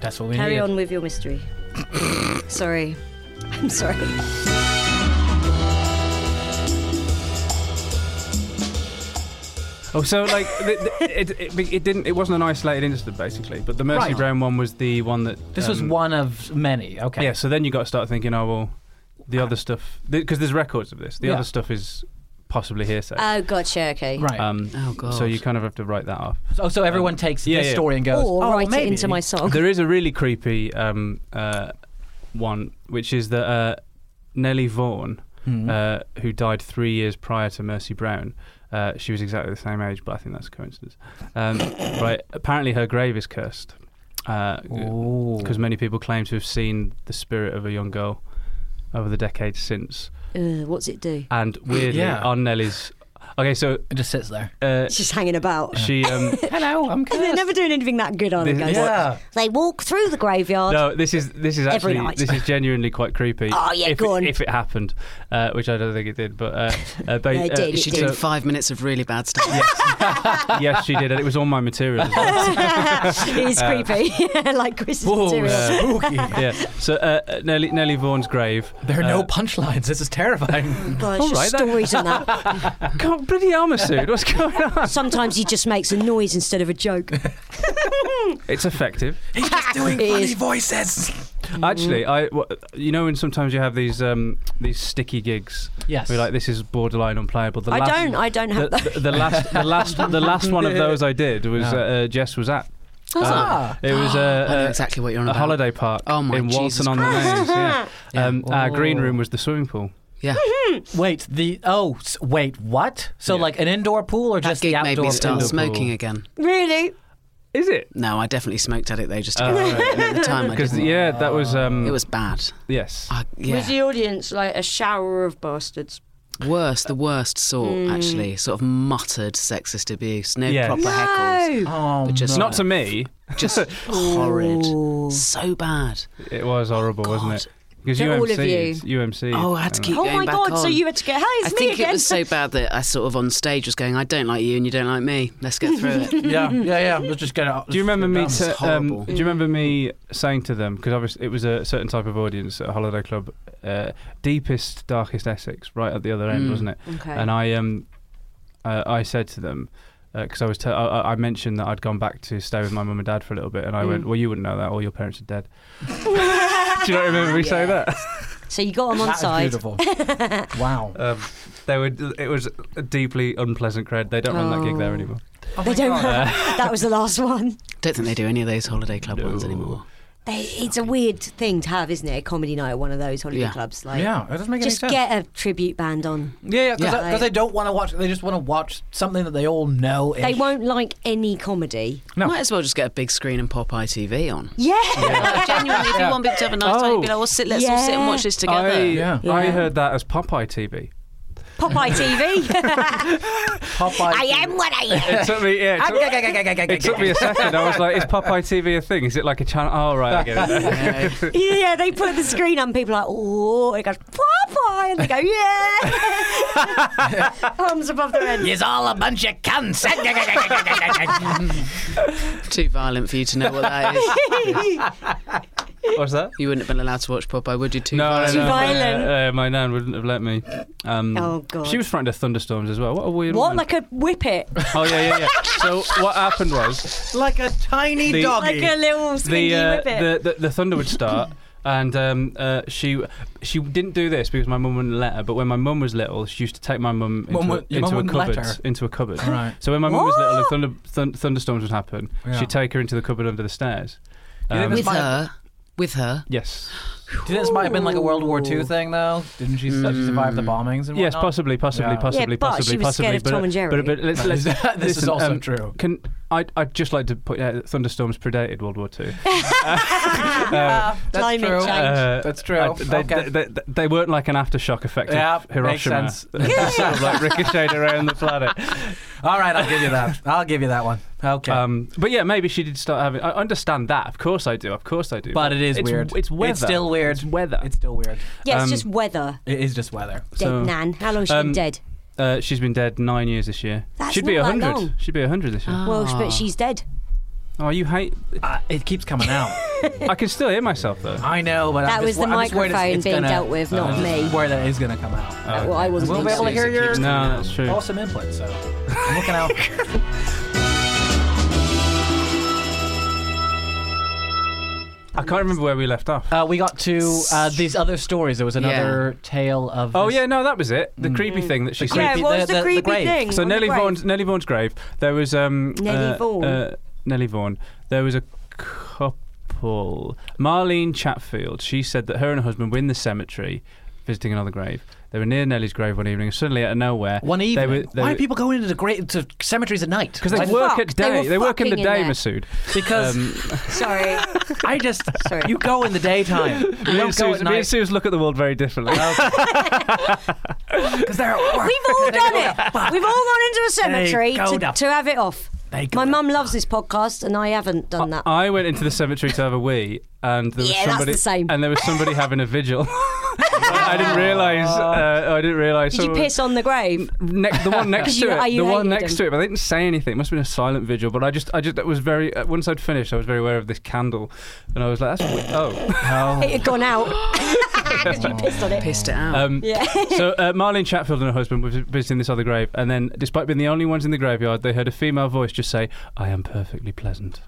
Speaker 1: That's what we
Speaker 3: Carry
Speaker 1: needed.
Speaker 3: on with your mystery. sorry, *laughs* I'm sorry.
Speaker 2: Oh, so like th th- it, it, it, didn't. It wasn't an isolated incident, basically. But the Mercy
Speaker 1: Right.
Speaker 2: Brown one was the one that.
Speaker 1: This was
Speaker 2: um,
Speaker 1: one of many. Okay.
Speaker 2: Yeah. So then you got to start thinking, oh well, the other stuff because there's records of this. The
Speaker 1: Yeah.
Speaker 2: other stuff is possibly hearsay.
Speaker 3: Oh, gotcha. Okay.
Speaker 1: Right.
Speaker 2: um,
Speaker 4: Uh, Oh, God.
Speaker 2: So you kind of have to write that off.
Speaker 1: oh, so everyone takes
Speaker 2: yeah,
Speaker 1: this
Speaker 2: yeah.
Speaker 1: story and goes,
Speaker 3: Or
Speaker 1: oh,
Speaker 3: write
Speaker 1: maybe.
Speaker 3: it into my song.
Speaker 2: There is a really creepy um, uh, one, which is that uh, Nellie Vaughan,
Speaker 1: Mm-hmm. Hmm.
Speaker 2: uh, who died three years prior to Mercy Brown, uh, she was exactly the same age, but I think that's a coincidence. Um, *coughs* right, apparently her grave is cursed
Speaker 1: Ooh.
Speaker 2: because many people claim to have seen the spirit of a young girl over the decades since.
Speaker 3: Uh, what's it do?
Speaker 2: And weirdly,
Speaker 1: Yeah.
Speaker 2: on Nellie's. Okay, so
Speaker 1: It just sits there.
Speaker 2: uh,
Speaker 3: It's just hanging about.
Speaker 2: she. Um,
Speaker 1: Hello, I'm cursed.
Speaker 3: *laughs* They're never doing anything that good, are they,
Speaker 2: This-
Speaker 3: guys?
Speaker 1: Yeah.
Speaker 3: They walk through the graveyard.
Speaker 2: No, this is this is
Speaker 3: Every
Speaker 2: actually
Speaker 3: night.
Speaker 2: this is genuinely quite creepy.
Speaker 3: *laughs* Oh, yeah,
Speaker 2: if
Speaker 3: go
Speaker 2: it,
Speaker 3: on.
Speaker 2: If it happened, uh, which I don't think it did, but uh, uh, ba-
Speaker 3: *laughs* Yeah, it
Speaker 2: uh,
Speaker 3: did, it
Speaker 4: She
Speaker 3: did.
Speaker 4: doing
Speaker 2: so-
Speaker 4: five minutes of really bad stuff.
Speaker 3: *laughs*
Speaker 2: yes, she did, and it was all my material. As well.
Speaker 3: *laughs* it is creepy, *laughs* like Chris's material.
Speaker 1: spooky.
Speaker 2: *laughs* yeah. So uh, uh, Nellie, Nellie Vaughan's grave.
Speaker 1: *laughs*
Speaker 4: *laughs*
Speaker 1: There are no
Speaker 2: Uh,
Speaker 1: punchlines. This is *laughs* terrifying.
Speaker 3: Gosh, just
Speaker 2: right then.
Speaker 3: stories and that.
Speaker 2: God, bloody Almasud, what's going on?
Speaker 3: Sometimes he just makes a noise instead of a joke.
Speaker 2: *laughs* It's effective.
Speaker 1: He's just
Speaker 3: *laughs*
Speaker 1: doing
Speaker 3: It
Speaker 1: funny
Speaker 3: is.
Speaker 1: voices.
Speaker 4: Mm.
Speaker 2: Actually, I w- you know when sometimes you have these um, these sticky gigs.
Speaker 1: Yes.
Speaker 2: We're like this is borderline unplayable. The
Speaker 3: I
Speaker 2: last,
Speaker 3: don't. I don't have
Speaker 2: the,
Speaker 3: that.
Speaker 2: the, the last the last the last one
Speaker 4: *laughs*
Speaker 2: of those I did was uh, uh, Jess was at.
Speaker 1: Ah.
Speaker 2: It was uh,
Speaker 4: *gasps* I know
Speaker 2: uh,
Speaker 4: exactly what you're on
Speaker 2: a
Speaker 4: about.
Speaker 2: holiday park
Speaker 4: Oh my
Speaker 2: in
Speaker 4: Jesus
Speaker 2: Walton on the Mains.
Speaker 3: *laughs*
Speaker 2: Yeah.
Speaker 1: Yeah.
Speaker 2: Um, Our green
Speaker 1: Oh.
Speaker 2: room was the swimming pool.
Speaker 4: Yeah.
Speaker 1: Wait, the oh, s- wait, what? So
Speaker 2: Yeah.
Speaker 1: like an indoor pool or
Speaker 4: That
Speaker 1: just the
Speaker 4: gig made
Speaker 1: outdoor
Speaker 4: me start
Speaker 1: pool?
Speaker 4: smoking again.
Speaker 3: *laughs* really?
Speaker 2: Is it?
Speaker 4: No, I definitely smoked at it though, just to
Speaker 2: Oh,
Speaker 4: get
Speaker 2: right.
Speaker 4: over it. *laughs* at the time. I
Speaker 2: Because
Speaker 4: didn't.
Speaker 2: yeah, that was um,
Speaker 4: It was bad.
Speaker 2: yes.
Speaker 4: I,
Speaker 3: Was
Speaker 4: yeah.
Speaker 3: the audience like a shower of bastards?
Speaker 4: Worst, the worst sort, actually. Sort of muttered sexist abuse. No
Speaker 2: Yeah.
Speaker 4: proper
Speaker 2: No.
Speaker 4: heckles.
Speaker 1: Oh,
Speaker 4: But just
Speaker 2: Not to me.
Speaker 4: just horrid. So bad.
Speaker 2: It was horrible, wasn't it? Because
Speaker 3: To
Speaker 2: you
Speaker 3: all of
Speaker 2: MC'd. You MC'd.
Speaker 4: Oh, I had to keep
Speaker 3: Oh
Speaker 4: going
Speaker 3: my
Speaker 4: back
Speaker 3: god! So
Speaker 4: on.
Speaker 3: you had to go. Hey,
Speaker 4: I
Speaker 3: it's me
Speaker 4: think
Speaker 3: again.
Speaker 4: it was so bad that I sort of on stage was going, I don't like you and you don't like me. Let's get
Speaker 1: *laughs*
Speaker 4: through
Speaker 3: *laughs*
Speaker 4: it.
Speaker 1: yeah, yeah, yeah. Let's just get out.
Speaker 2: Do you remember me?
Speaker 4: That's
Speaker 1: uh,
Speaker 2: To, um,
Speaker 4: horrible.
Speaker 2: do you remember me saying to them because obviously it was a certain type of audience at a holiday club, uh, deepest, darkest Essex, right at the other
Speaker 4: Mm.
Speaker 2: end, wasn't it?
Speaker 3: Okay.
Speaker 2: And I um, uh, I said to them because I was te- I, I- I mentioned that I'd gone back to stay with my mum and dad for a little bit, and I
Speaker 4: Mm.
Speaker 2: went, well, you wouldn't know that, all your parents are dead. *laughs* do you not remember me
Speaker 4: *laughs*
Speaker 2: saying that?
Speaker 3: so you got them on
Speaker 1: That's
Speaker 3: side. *laughs*
Speaker 1: beautiful. wow.
Speaker 2: Um, they were. It was a deeply unpleasant cred. They don't run that gig there
Speaker 4: Oh.
Speaker 2: anymore.
Speaker 3: they don't. that was the last one.
Speaker 4: Don't think they do any of those holiday club ones anymore.
Speaker 3: They, it's a weird thing to have, isn't it? A comedy night at one of those holiday
Speaker 4: Yeah.
Speaker 3: clubs. Like,
Speaker 1: yeah, it doesn't make
Speaker 3: just
Speaker 1: any sense.
Speaker 3: get a tribute band on.
Speaker 1: yeah, yeah, because
Speaker 4: Yeah.
Speaker 1: because they don't want to watch. They just want to watch something that they all know.
Speaker 3: They won't like any comedy.
Speaker 1: No.
Speaker 4: Might as well just get a big screen and pop ITV on.
Speaker 3: Yeah.
Speaker 4: Like, genuinely, if you want people to have a nice time,
Speaker 2: Oh.
Speaker 4: be like, well, sit, let's all sit and watch this together.
Speaker 2: I,
Speaker 1: Yeah.
Speaker 2: I heard that as Popeye TV.
Speaker 3: *laughs* Popeye TV.
Speaker 1: Popeye.
Speaker 3: *laughs* I am what I am.
Speaker 2: *laughs* It took me. Yeah, it took- It took me a second. I was like, "Is Popeye TV a thing? Is it like a channel?" Oh, right, I get it.
Speaker 3: Yeah, they put the screen on. People are like, oh, it goes Popeye, and they go, yeah, arms above
Speaker 1: *laughs*
Speaker 3: their head.
Speaker 1: It's all a bunch of cunts.
Speaker 3: *laughs*
Speaker 4: *laughs* Too violent for you to know what that is.
Speaker 2: *laughs* What's that?
Speaker 4: You wouldn't have been allowed to watch Popeye, would you? Too
Speaker 2: No, no, no,
Speaker 4: violent?
Speaker 3: Too violent.
Speaker 2: My, uh, uh, my nan wouldn't have let me. Um,
Speaker 3: Oh, God.
Speaker 2: She was frightened of thunderstorms as well. What a weird
Speaker 3: What?
Speaker 2: woman.
Speaker 3: Like a whip it?
Speaker 2: oh yeah, yeah, yeah. So what happened was
Speaker 5: like a tiny
Speaker 2: The-
Speaker 5: doggy.
Speaker 3: like a little springy
Speaker 2: the uh,
Speaker 3: whip it?
Speaker 2: the, the the thunder would
Speaker 3: *laughs*
Speaker 2: start. And um, uh, she she didn't do this because my mum wouldn't let her. But when my mum was little, she used to take my mum into,
Speaker 1: Mum
Speaker 2: a,
Speaker 1: would- your
Speaker 2: into
Speaker 1: mum
Speaker 2: a
Speaker 1: wouldn't let
Speaker 2: cupboard.
Speaker 1: her?
Speaker 2: Into a cupboard.
Speaker 1: Right.
Speaker 2: So when my mum was little, and
Speaker 3: What?
Speaker 2: thunder, thun- thunderstorms would happen.
Speaker 1: Yeah.
Speaker 2: She'd take her into the cupboard under the stairs.
Speaker 1: You think
Speaker 2: Um,
Speaker 1: this
Speaker 4: With
Speaker 1: might-
Speaker 4: her. With her.
Speaker 2: yes.
Speaker 1: Do you think this might have been like a World War II thing, though? Didn't she, she survive the bombings and
Speaker 2: Yes,
Speaker 1: whatnot?
Speaker 2: possibly, possibly,
Speaker 1: Yeah.
Speaker 2: possibly,
Speaker 3: Yeah, but
Speaker 2: possibly,
Speaker 3: she was
Speaker 2: possibly.
Speaker 3: scared of
Speaker 2: but,
Speaker 3: Tom and Jerry.
Speaker 2: But, but let's,
Speaker 1: *laughs*
Speaker 2: let's,
Speaker 1: This is
Speaker 2: listen,
Speaker 1: also
Speaker 2: um,
Speaker 1: true.
Speaker 2: Can I? I'd just like to put out that thunderstorms predated World War Two.
Speaker 1: Yeah, Uh, that's
Speaker 3: Ah, Climate
Speaker 1: true.
Speaker 3: change.
Speaker 2: Uh,
Speaker 1: that's true.
Speaker 3: Oh,
Speaker 2: I- they,
Speaker 1: Okay.
Speaker 2: they, they, they weren't like an aftershock effect
Speaker 1: Yeah,
Speaker 2: of
Speaker 1: makes
Speaker 2: Hiroshima.
Speaker 1: sense.
Speaker 2: *laughs* They just sort of like ricocheted around the planet.
Speaker 1: All right, I'll give you that. I'll give you that one. Okay.
Speaker 2: Um, but *laughs* yeah, maybe she did start having. I understand that. Of course I do. Of course I do.
Speaker 1: but it is
Speaker 2: it's,
Speaker 1: weird.
Speaker 2: It's weather.
Speaker 1: It's still weird.
Speaker 2: It's weather.
Speaker 1: It's still weird.
Speaker 3: yeah, it's
Speaker 2: um,
Speaker 3: just weather.
Speaker 1: It is just weather.
Speaker 3: Dead
Speaker 2: so-
Speaker 3: Nan. How long has she
Speaker 2: um,
Speaker 3: been dead?
Speaker 2: uh, she's been dead nine years this year.
Speaker 3: That's
Speaker 2: She'd be
Speaker 3: not that
Speaker 2: hundred.
Speaker 3: long.
Speaker 2: She'd be hundred this year.
Speaker 3: Well, but she's dead.
Speaker 2: Oh, you hate.
Speaker 1: Uh, it keeps coming
Speaker 2: *laughs*
Speaker 1: out.
Speaker 2: I can still hear myself though.
Speaker 1: I know, but
Speaker 3: That
Speaker 1: I'm
Speaker 3: was
Speaker 1: just,
Speaker 3: the
Speaker 1: I'm just worried it's-
Speaker 3: microphone
Speaker 1: it's
Speaker 3: being
Speaker 1: gonna-
Speaker 3: dealt with, not
Speaker 1: I'm just
Speaker 3: me.
Speaker 1: Worried that is going to come out.
Speaker 2: Oh,
Speaker 3: Well, I wasn't.
Speaker 1: We'll be able to
Speaker 3: listening.
Speaker 1: hear your
Speaker 2: No, that's true.
Speaker 1: awesome input. So *laughs* I'm looking out.
Speaker 2: I can't remember where we left off.
Speaker 1: Uh, we got to
Speaker 2: *laughs*
Speaker 1: uh, these other stories. There was another tale of.
Speaker 2: Oh
Speaker 1: this-
Speaker 2: yeah, no, that was it. Mm. The creepy thing that she
Speaker 1: creepy-
Speaker 2: said.
Speaker 3: Yeah, what was
Speaker 1: the-
Speaker 3: the,
Speaker 1: the- the
Speaker 3: creepy
Speaker 1: grave.
Speaker 3: thing?
Speaker 2: So
Speaker 3: on the
Speaker 2: Nellie
Speaker 3: grave?
Speaker 2: Vaughan's Nellie Vaughan's grave. There was um
Speaker 3: Nellie
Speaker 2: uh,
Speaker 3: Vaughan?
Speaker 2: uh, Nellie Vaughan. There was a couple. Marlene Chatfield. She said that her and her husband were in the cemetery visiting another grave. They were near Nellie's grave one evening, and suddenly out of nowhere,
Speaker 1: One evening.
Speaker 2: they were, they
Speaker 1: Why
Speaker 2: were-
Speaker 1: do people go into the great to cemeteries at night?
Speaker 2: Because they
Speaker 1: Like,
Speaker 2: work
Speaker 3: fucked.
Speaker 2: at
Speaker 3: They
Speaker 2: day.
Speaker 3: were
Speaker 2: work in the
Speaker 3: fucking in
Speaker 2: day,
Speaker 3: there.
Speaker 1: *laughs*
Speaker 2: Masood.
Speaker 1: Because
Speaker 2: Um,
Speaker 3: Sorry.
Speaker 1: I just
Speaker 3: Sorry.
Speaker 1: you go in the
Speaker 4: *laughs*
Speaker 1: daytime. You
Speaker 2: me and
Speaker 1: don't go
Speaker 2: Suze-
Speaker 1: at
Speaker 2: me and
Speaker 1: night
Speaker 2: Suze look at the world very
Speaker 1: *laughs*
Speaker 2: differently.
Speaker 1: because they're at work.
Speaker 3: We've all
Speaker 2: *laughs*
Speaker 3: done it. We've all gone into a cemetery
Speaker 1: go
Speaker 3: to,
Speaker 1: down.
Speaker 3: to have it off.
Speaker 1: They go
Speaker 3: My mum loves this podcast, and I haven't done that.
Speaker 2: I went into the cemetery to have a wee, and there was
Speaker 3: Yeah, that's
Speaker 2: somebody,
Speaker 3: the same.
Speaker 2: and there was somebody having a vigil. *laughs*
Speaker 3: uh, *laughs*
Speaker 2: I didn't realise. Uh, I didn't realise.
Speaker 3: Did you
Speaker 2: someone-
Speaker 3: piss on the grave?
Speaker 2: Ne- the one
Speaker 3: *laughs*
Speaker 2: next
Speaker 3: Did
Speaker 2: to
Speaker 3: you- are
Speaker 2: it,
Speaker 3: you
Speaker 2: the one
Speaker 3: hated
Speaker 2: next
Speaker 3: him?
Speaker 2: to it, but they didn't say anything. It must have been a silent vigil. But I just, I just, it was very. Uh, once I'd finished, I was very aware of this candle, and I was like, "That's weird. oh."
Speaker 3: It had gone *laughs* out because you pissed on it. *laughs*
Speaker 4: Pissed it out.
Speaker 2: Um,
Speaker 3: Yeah.
Speaker 2: so uh, Marlene Chatfield and her husband were visiting this other grave, and then, despite being the only ones in the graveyard, they heard a female voice just say, "I am perfectly pleasant."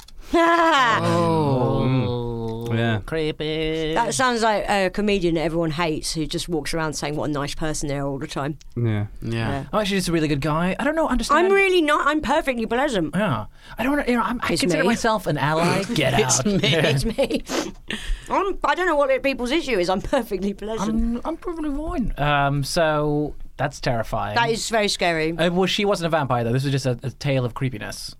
Speaker 2: Mm,
Speaker 1: Oh,
Speaker 2: Yeah.
Speaker 1: creepy.
Speaker 3: that sounds like a comedian that everyone hates who just walks around saying what a nice person they are all the time.
Speaker 2: Yeah.
Speaker 4: yeah.
Speaker 1: I'm actually just a really good guy. I don't know. Understand?
Speaker 3: I'm really not. I'm perfectly pleasant. *laughs*
Speaker 1: Yeah. I don't. wanna- You know, I'm, I
Speaker 3: It's
Speaker 1: consider
Speaker 3: me.
Speaker 1: myself an
Speaker 4: *laughs*
Speaker 1: ally. Get out.
Speaker 3: it's me. I'm, I don't know what people's issue is. I'm perfectly pleasant.
Speaker 1: I'm, I'm perfectly fine. Um. So that's terrifying.
Speaker 3: that is very scary.
Speaker 1: Uh, well, she wasn't a vampire though. This was just a, a tale of creepiness.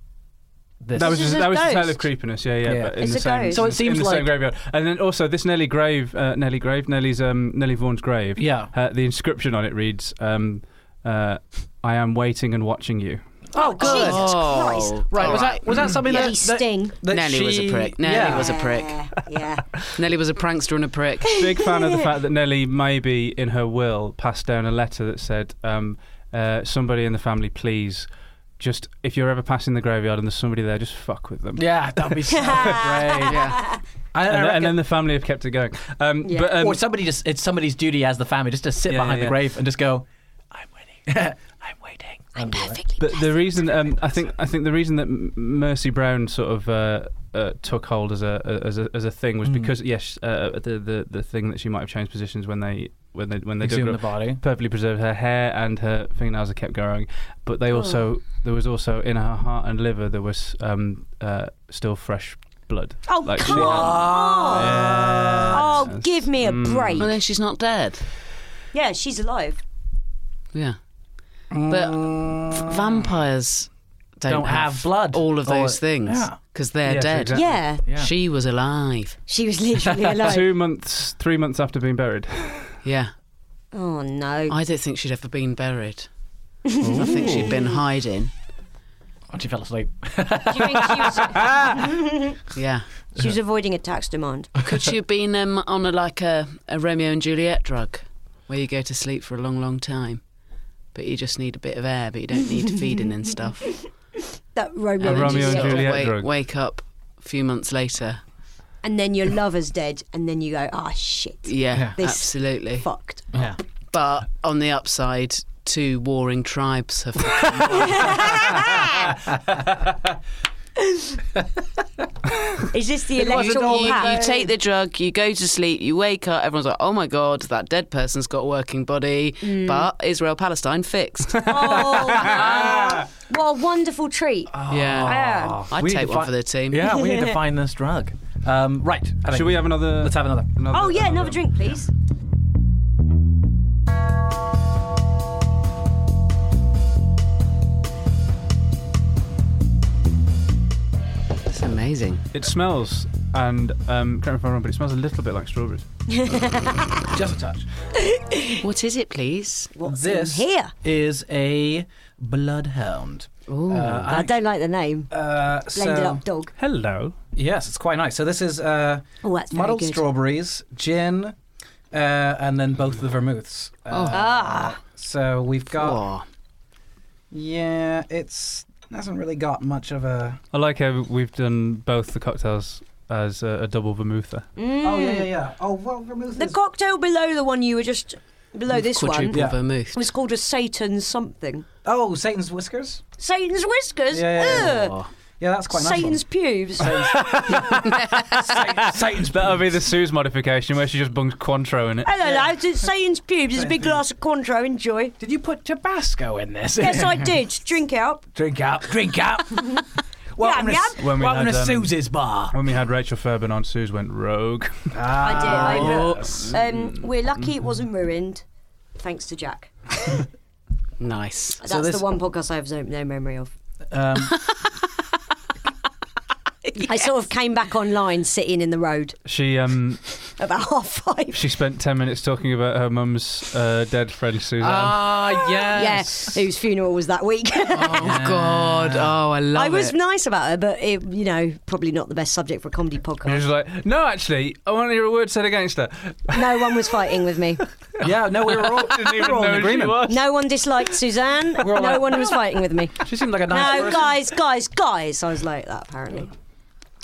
Speaker 1: This.
Speaker 2: That was
Speaker 3: This
Speaker 2: just,
Speaker 3: is
Speaker 2: that
Speaker 3: a
Speaker 2: was the tale
Speaker 3: ghost.
Speaker 2: of creepiness, yeah, yeah.
Speaker 1: Yeah.
Speaker 2: But in
Speaker 3: It's
Speaker 2: the
Speaker 3: a
Speaker 2: same,
Speaker 3: ghost.
Speaker 1: So it
Speaker 2: in
Speaker 1: seems
Speaker 2: the
Speaker 1: like-
Speaker 2: same graveyard. And then also this Nelly grave, uh, Nelly grave, Nelly's um, Nelly Vaughan's grave.
Speaker 1: Yeah.
Speaker 2: Uh, the inscription on it reads, um, uh, "I am waiting and watching you."
Speaker 1: oh, good.
Speaker 3: Jesus Christ.
Speaker 1: Oh. Right. Was
Speaker 4: Alright.
Speaker 1: that was that something
Speaker 3: Yeah,
Speaker 1: that,
Speaker 3: he
Speaker 1: that-
Speaker 3: sting.
Speaker 1: that
Speaker 4: Mm. Nelly
Speaker 1: she,
Speaker 4: was a prick. Nelly
Speaker 1: yeah.
Speaker 4: was a prick.
Speaker 3: Yeah, yeah.
Speaker 4: Nelly was a prankster and a *laughs* prick.
Speaker 2: Big fan
Speaker 1: *laughs*
Speaker 2: of the fact that Nelly maybe in her will passed down a letter that said, um, uh, "Somebody in the family, please." Just if you're ever passing the graveyard and there's somebody there, just fuck with them.
Speaker 1: Yeah, that'd be
Speaker 3: *laughs*
Speaker 1: so great.
Speaker 4: yeah.
Speaker 1: I, I
Speaker 2: and, then-
Speaker 1: reckon-
Speaker 2: and then the family have kept it going. Um,
Speaker 3: Yeah.
Speaker 2: But um,
Speaker 1: or somebody just it's somebody's duty as the family just to sit
Speaker 2: Yeah,
Speaker 1: behind
Speaker 2: yeah,
Speaker 1: the
Speaker 2: yeah.
Speaker 1: grave and just go, I'm
Speaker 2: *laughs*
Speaker 1: waiting. I'm waiting. I'm perfectly.
Speaker 2: But the reason um, I think I think the reason that M- Mercy Brown sort of uh, uh, took hold as a as a, as a thing
Speaker 1: Hmm.
Speaker 2: was because yes, uh, the, the the thing that she might have changed positions when they when they when they dug
Speaker 1: Exhumed
Speaker 2: her
Speaker 1: the
Speaker 2: up,
Speaker 1: body.
Speaker 2: perfectly preserved her hair and her fingernails kept growing, but
Speaker 1: Hmm.
Speaker 2: they also there was also in her heart and liver there was um, uh, still fresh blood.
Speaker 3: Oh,
Speaker 2: Like she
Speaker 3: come
Speaker 2: had-
Speaker 3: on.
Speaker 2: Yeah.
Speaker 3: Oh, give me a break.
Speaker 4: Well, then she's not dead.
Speaker 3: Yeah, she's alive.
Speaker 4: Yeah. But v- vampires don't,
Speaker 1: Mm. Don't have blood
Speaker 4: All of
Speaker 1: or-
Speaker 4: those thingsbecause
Speaker 1: yeah.
Speaker 4: because they're
Speaker 2: Yes,
Speaker 4: dead.
Speaker 2: exactly.
Speaker 3: Yeah,
Speaker 1: Yeah.
Speaker 4: She was alive.
Speaker 3: she was literally alive.
Speaker 2: Two months, three months after being buried.
Speaker 4: Yeah.
Speaker 3: oh, no.
Speaker 4: I don't think she'd ever been buried. I think she'd been hiding.
Speaker 1: And she fell asleep.
Speaker 3: Do you think she was,
Speaker 4: Yeah.
Speaker 3: she was avoiding a tax demand?
Speaker 4: Could she have been um, on a like a, a Romeo and Juliet drug, where you go to sleep for a long, long time, but you just need a bit of air, but you don't need feeding and
Speaker 2: *laughs*
Speaker 4: stuff.
Speaker 3: That Romeo,
Speaker 2: Romeo
Speaker 4: you
Speaker 2: and
Speaker 4: sort of
Speaker 2: Juliet
Speaker 4: wake,
Speaker 2: drug.
Speaker 4: Wake up a few months later
Speaker 3: and then your lover's dead, and then you go, ah, shit.
Speaker 4: Yeah,
Speaker 3: This
Speaker 4: absolutely.
Speaker 3: Fucked. *laughs*
Speaker 1: Yeah. *laughs*
Speaker 4: But on the upside, two warring tribes have. fucking war.
Speaker 3: Is this the
Speaker 4: you,
Speaker 3: electoral Oh,
Speaker 4: you- you
Speaker 3: pact?
Speaker 4: take the drug, you go to sleep, you wake up, everyone's like, oh my God, that dead person's got a working body.
Speaker 3: Mm.
Speaker 4: But Israel
Speaker 3: *laughs*
Speaker 4: Palestine fixed.
Speaker 3: Oh, man. what a wonderful treat.
Speaker 4: yeah.
Speaker 3: Yeah.
Speaker 4: I'd
Speaker 1: Oh, Ah. We need
Speaker 4: take
Speaker 1: to
Speaker 4: one
Speaker 1: fi-
Speaker 4: for the team.
Speaker 1: Yeah, we need to find this drug. Um, right. I think-
Speaker 2: Should we have another?
Speaker 1: Let's have another.
Speaker 2: another
Speaker 3: Oh, yeah, another drink, please.
Speaker 4: *laughs* It's amazing.
Speaker 2: It smells, and um, correct me if I'm wrong, but it smells a little bit like strawberries.
Speaker 1: Just a touch.
Speaker 4: What is it, please?
Speaker 3: What's
Speaker 1: This
Speaker 3: in here?
Speaker 1: is a bloodhound. Ooh.
Speaker 3: I don't like the name.
Speaker 1: uh,
Speaker 3: Blended
Speaker 1: so,
Speaker 3: up dog.
Speaker 2: Hello.
Speaker 1: yes, it's quite nice. So this is uh,
Speaker 3: Oh, that's very
Speaker 1: muddled
Speaker 3: good.
Speaker 1: strawberries, gin, uh, and then both the vermouths. Uh,
Speaker 3: Ah,
Speaker 1: So we've got.
Speaker 4: Oh,
Speaker 1: Yeah, it's hasn't really got much of a.
Speaker 2: I like how we've done both the cocktails as a, a
Speaker 1: *laughs*
Speaker 2: double vermouther.
Speaker 1: Oh yeah, yeah, yeah. Oh well, vermouth.
Speaker 3: Mm. the
Speaker 1: is-
Speaker 3: cocktail below the one you were just below oh, this one
Speaker 4: quadruple
Speaker 1: Yeah.
Speaker 4: vermouth.
Speaker 3: was called a Satan something.
Speaker 1: oh, Satan's whiskers.
Speaker 3: Satan's whiskers.
Speaker 1: Yeah, yeah,
Speaker 3: Ugh.
Speaker 4: Oh.
Speaker 1: Yeah, that's quite
Speaker 3: Satan's pubes.
Speaker 1: nice. Satan's.
Speaker 2: That'll be the Sue's modification where she just bungs Cointreau in it.
Speaker 3: *laughs* Hello, lads. It's Satan's pubes. It's a big glass of Cointreau. Enjoy.
Speaker 1: Did you put Tabasco in this? *laughs*
Speaker 3: Yes, I did. Drink up.
Speaker 1: Drink up, drink
Speaker 3: *laughs*
Speaker 1: up. *laughs* welcome
Speaker 3: Yum,
Speaker 1: to,
Speaker 2: yum. When we
Speaker 1: welcome
Speaker 2: had,
Speaker 1: to
Speaker 2: um,
Speaker 1: Susie's bar.
Speaker 2: When we had Rachel Fairbairn on, Sue's went rogue. *laughs*
Speaker 3: I did.
Speaker 1: Ah,
Speaker 3: I Um, we're lucky it wasn't ruined, thanks to Jack.
Speaker 4: Nice.
Speaker 3: That's
Speaker 1: this-
Speaker 3: the one podcast I have no, no memory of.
Speaker 1: Um,
Speaker 3: *laughs* I sort of came back online sitting in the road
Speaker 2: She um
Speaker 3: about *laughs* half five.
Speaker 2: she spent ten minutes talking about her mum's uh, dead friend Suzanne.
Speaker 4: Ah, yes.
Speaker 3: Yeah, whose funeral was that week. *laughs*
Speaker 4: *laughs* Oh, God. Oh, I love
Speaker 3: I was
Speaker 4: it.
Speaker 3: nice about her, but it, you know, probably not the best subject for a comedy
Speaker 2: and she
Speaker 3: podcast.
Speaker 2: was like, "No, actually, I want to hear a word said
Speaker 1: *laughs*
Speaker 2: against her."
Speaker 3: No one was fighting with me.
Speaker 1: yeah, no, we were
Speaker 3: *laughs*
Speaker 1: all,
Speaker 2: Didn't
Speaker 1: we
Speaker 2: even
Speaker 1: were all
Speaker 2: know
Speaker 1: in
Speaker 2: she
Speaker 1: agreement.
Speaker 2: was.
Speaker 3: No one disliked Suzanne.
Speaker 1: all
Speaker 3: No
Speaker 1: like-
Speaker 3: one was fighting with me.
Speaker 1: She seemed like a *laughs* nice
Speaker 3: No,
Speaker 1: person.
Speaker 3: guys, guys, guys. I was like that apparently.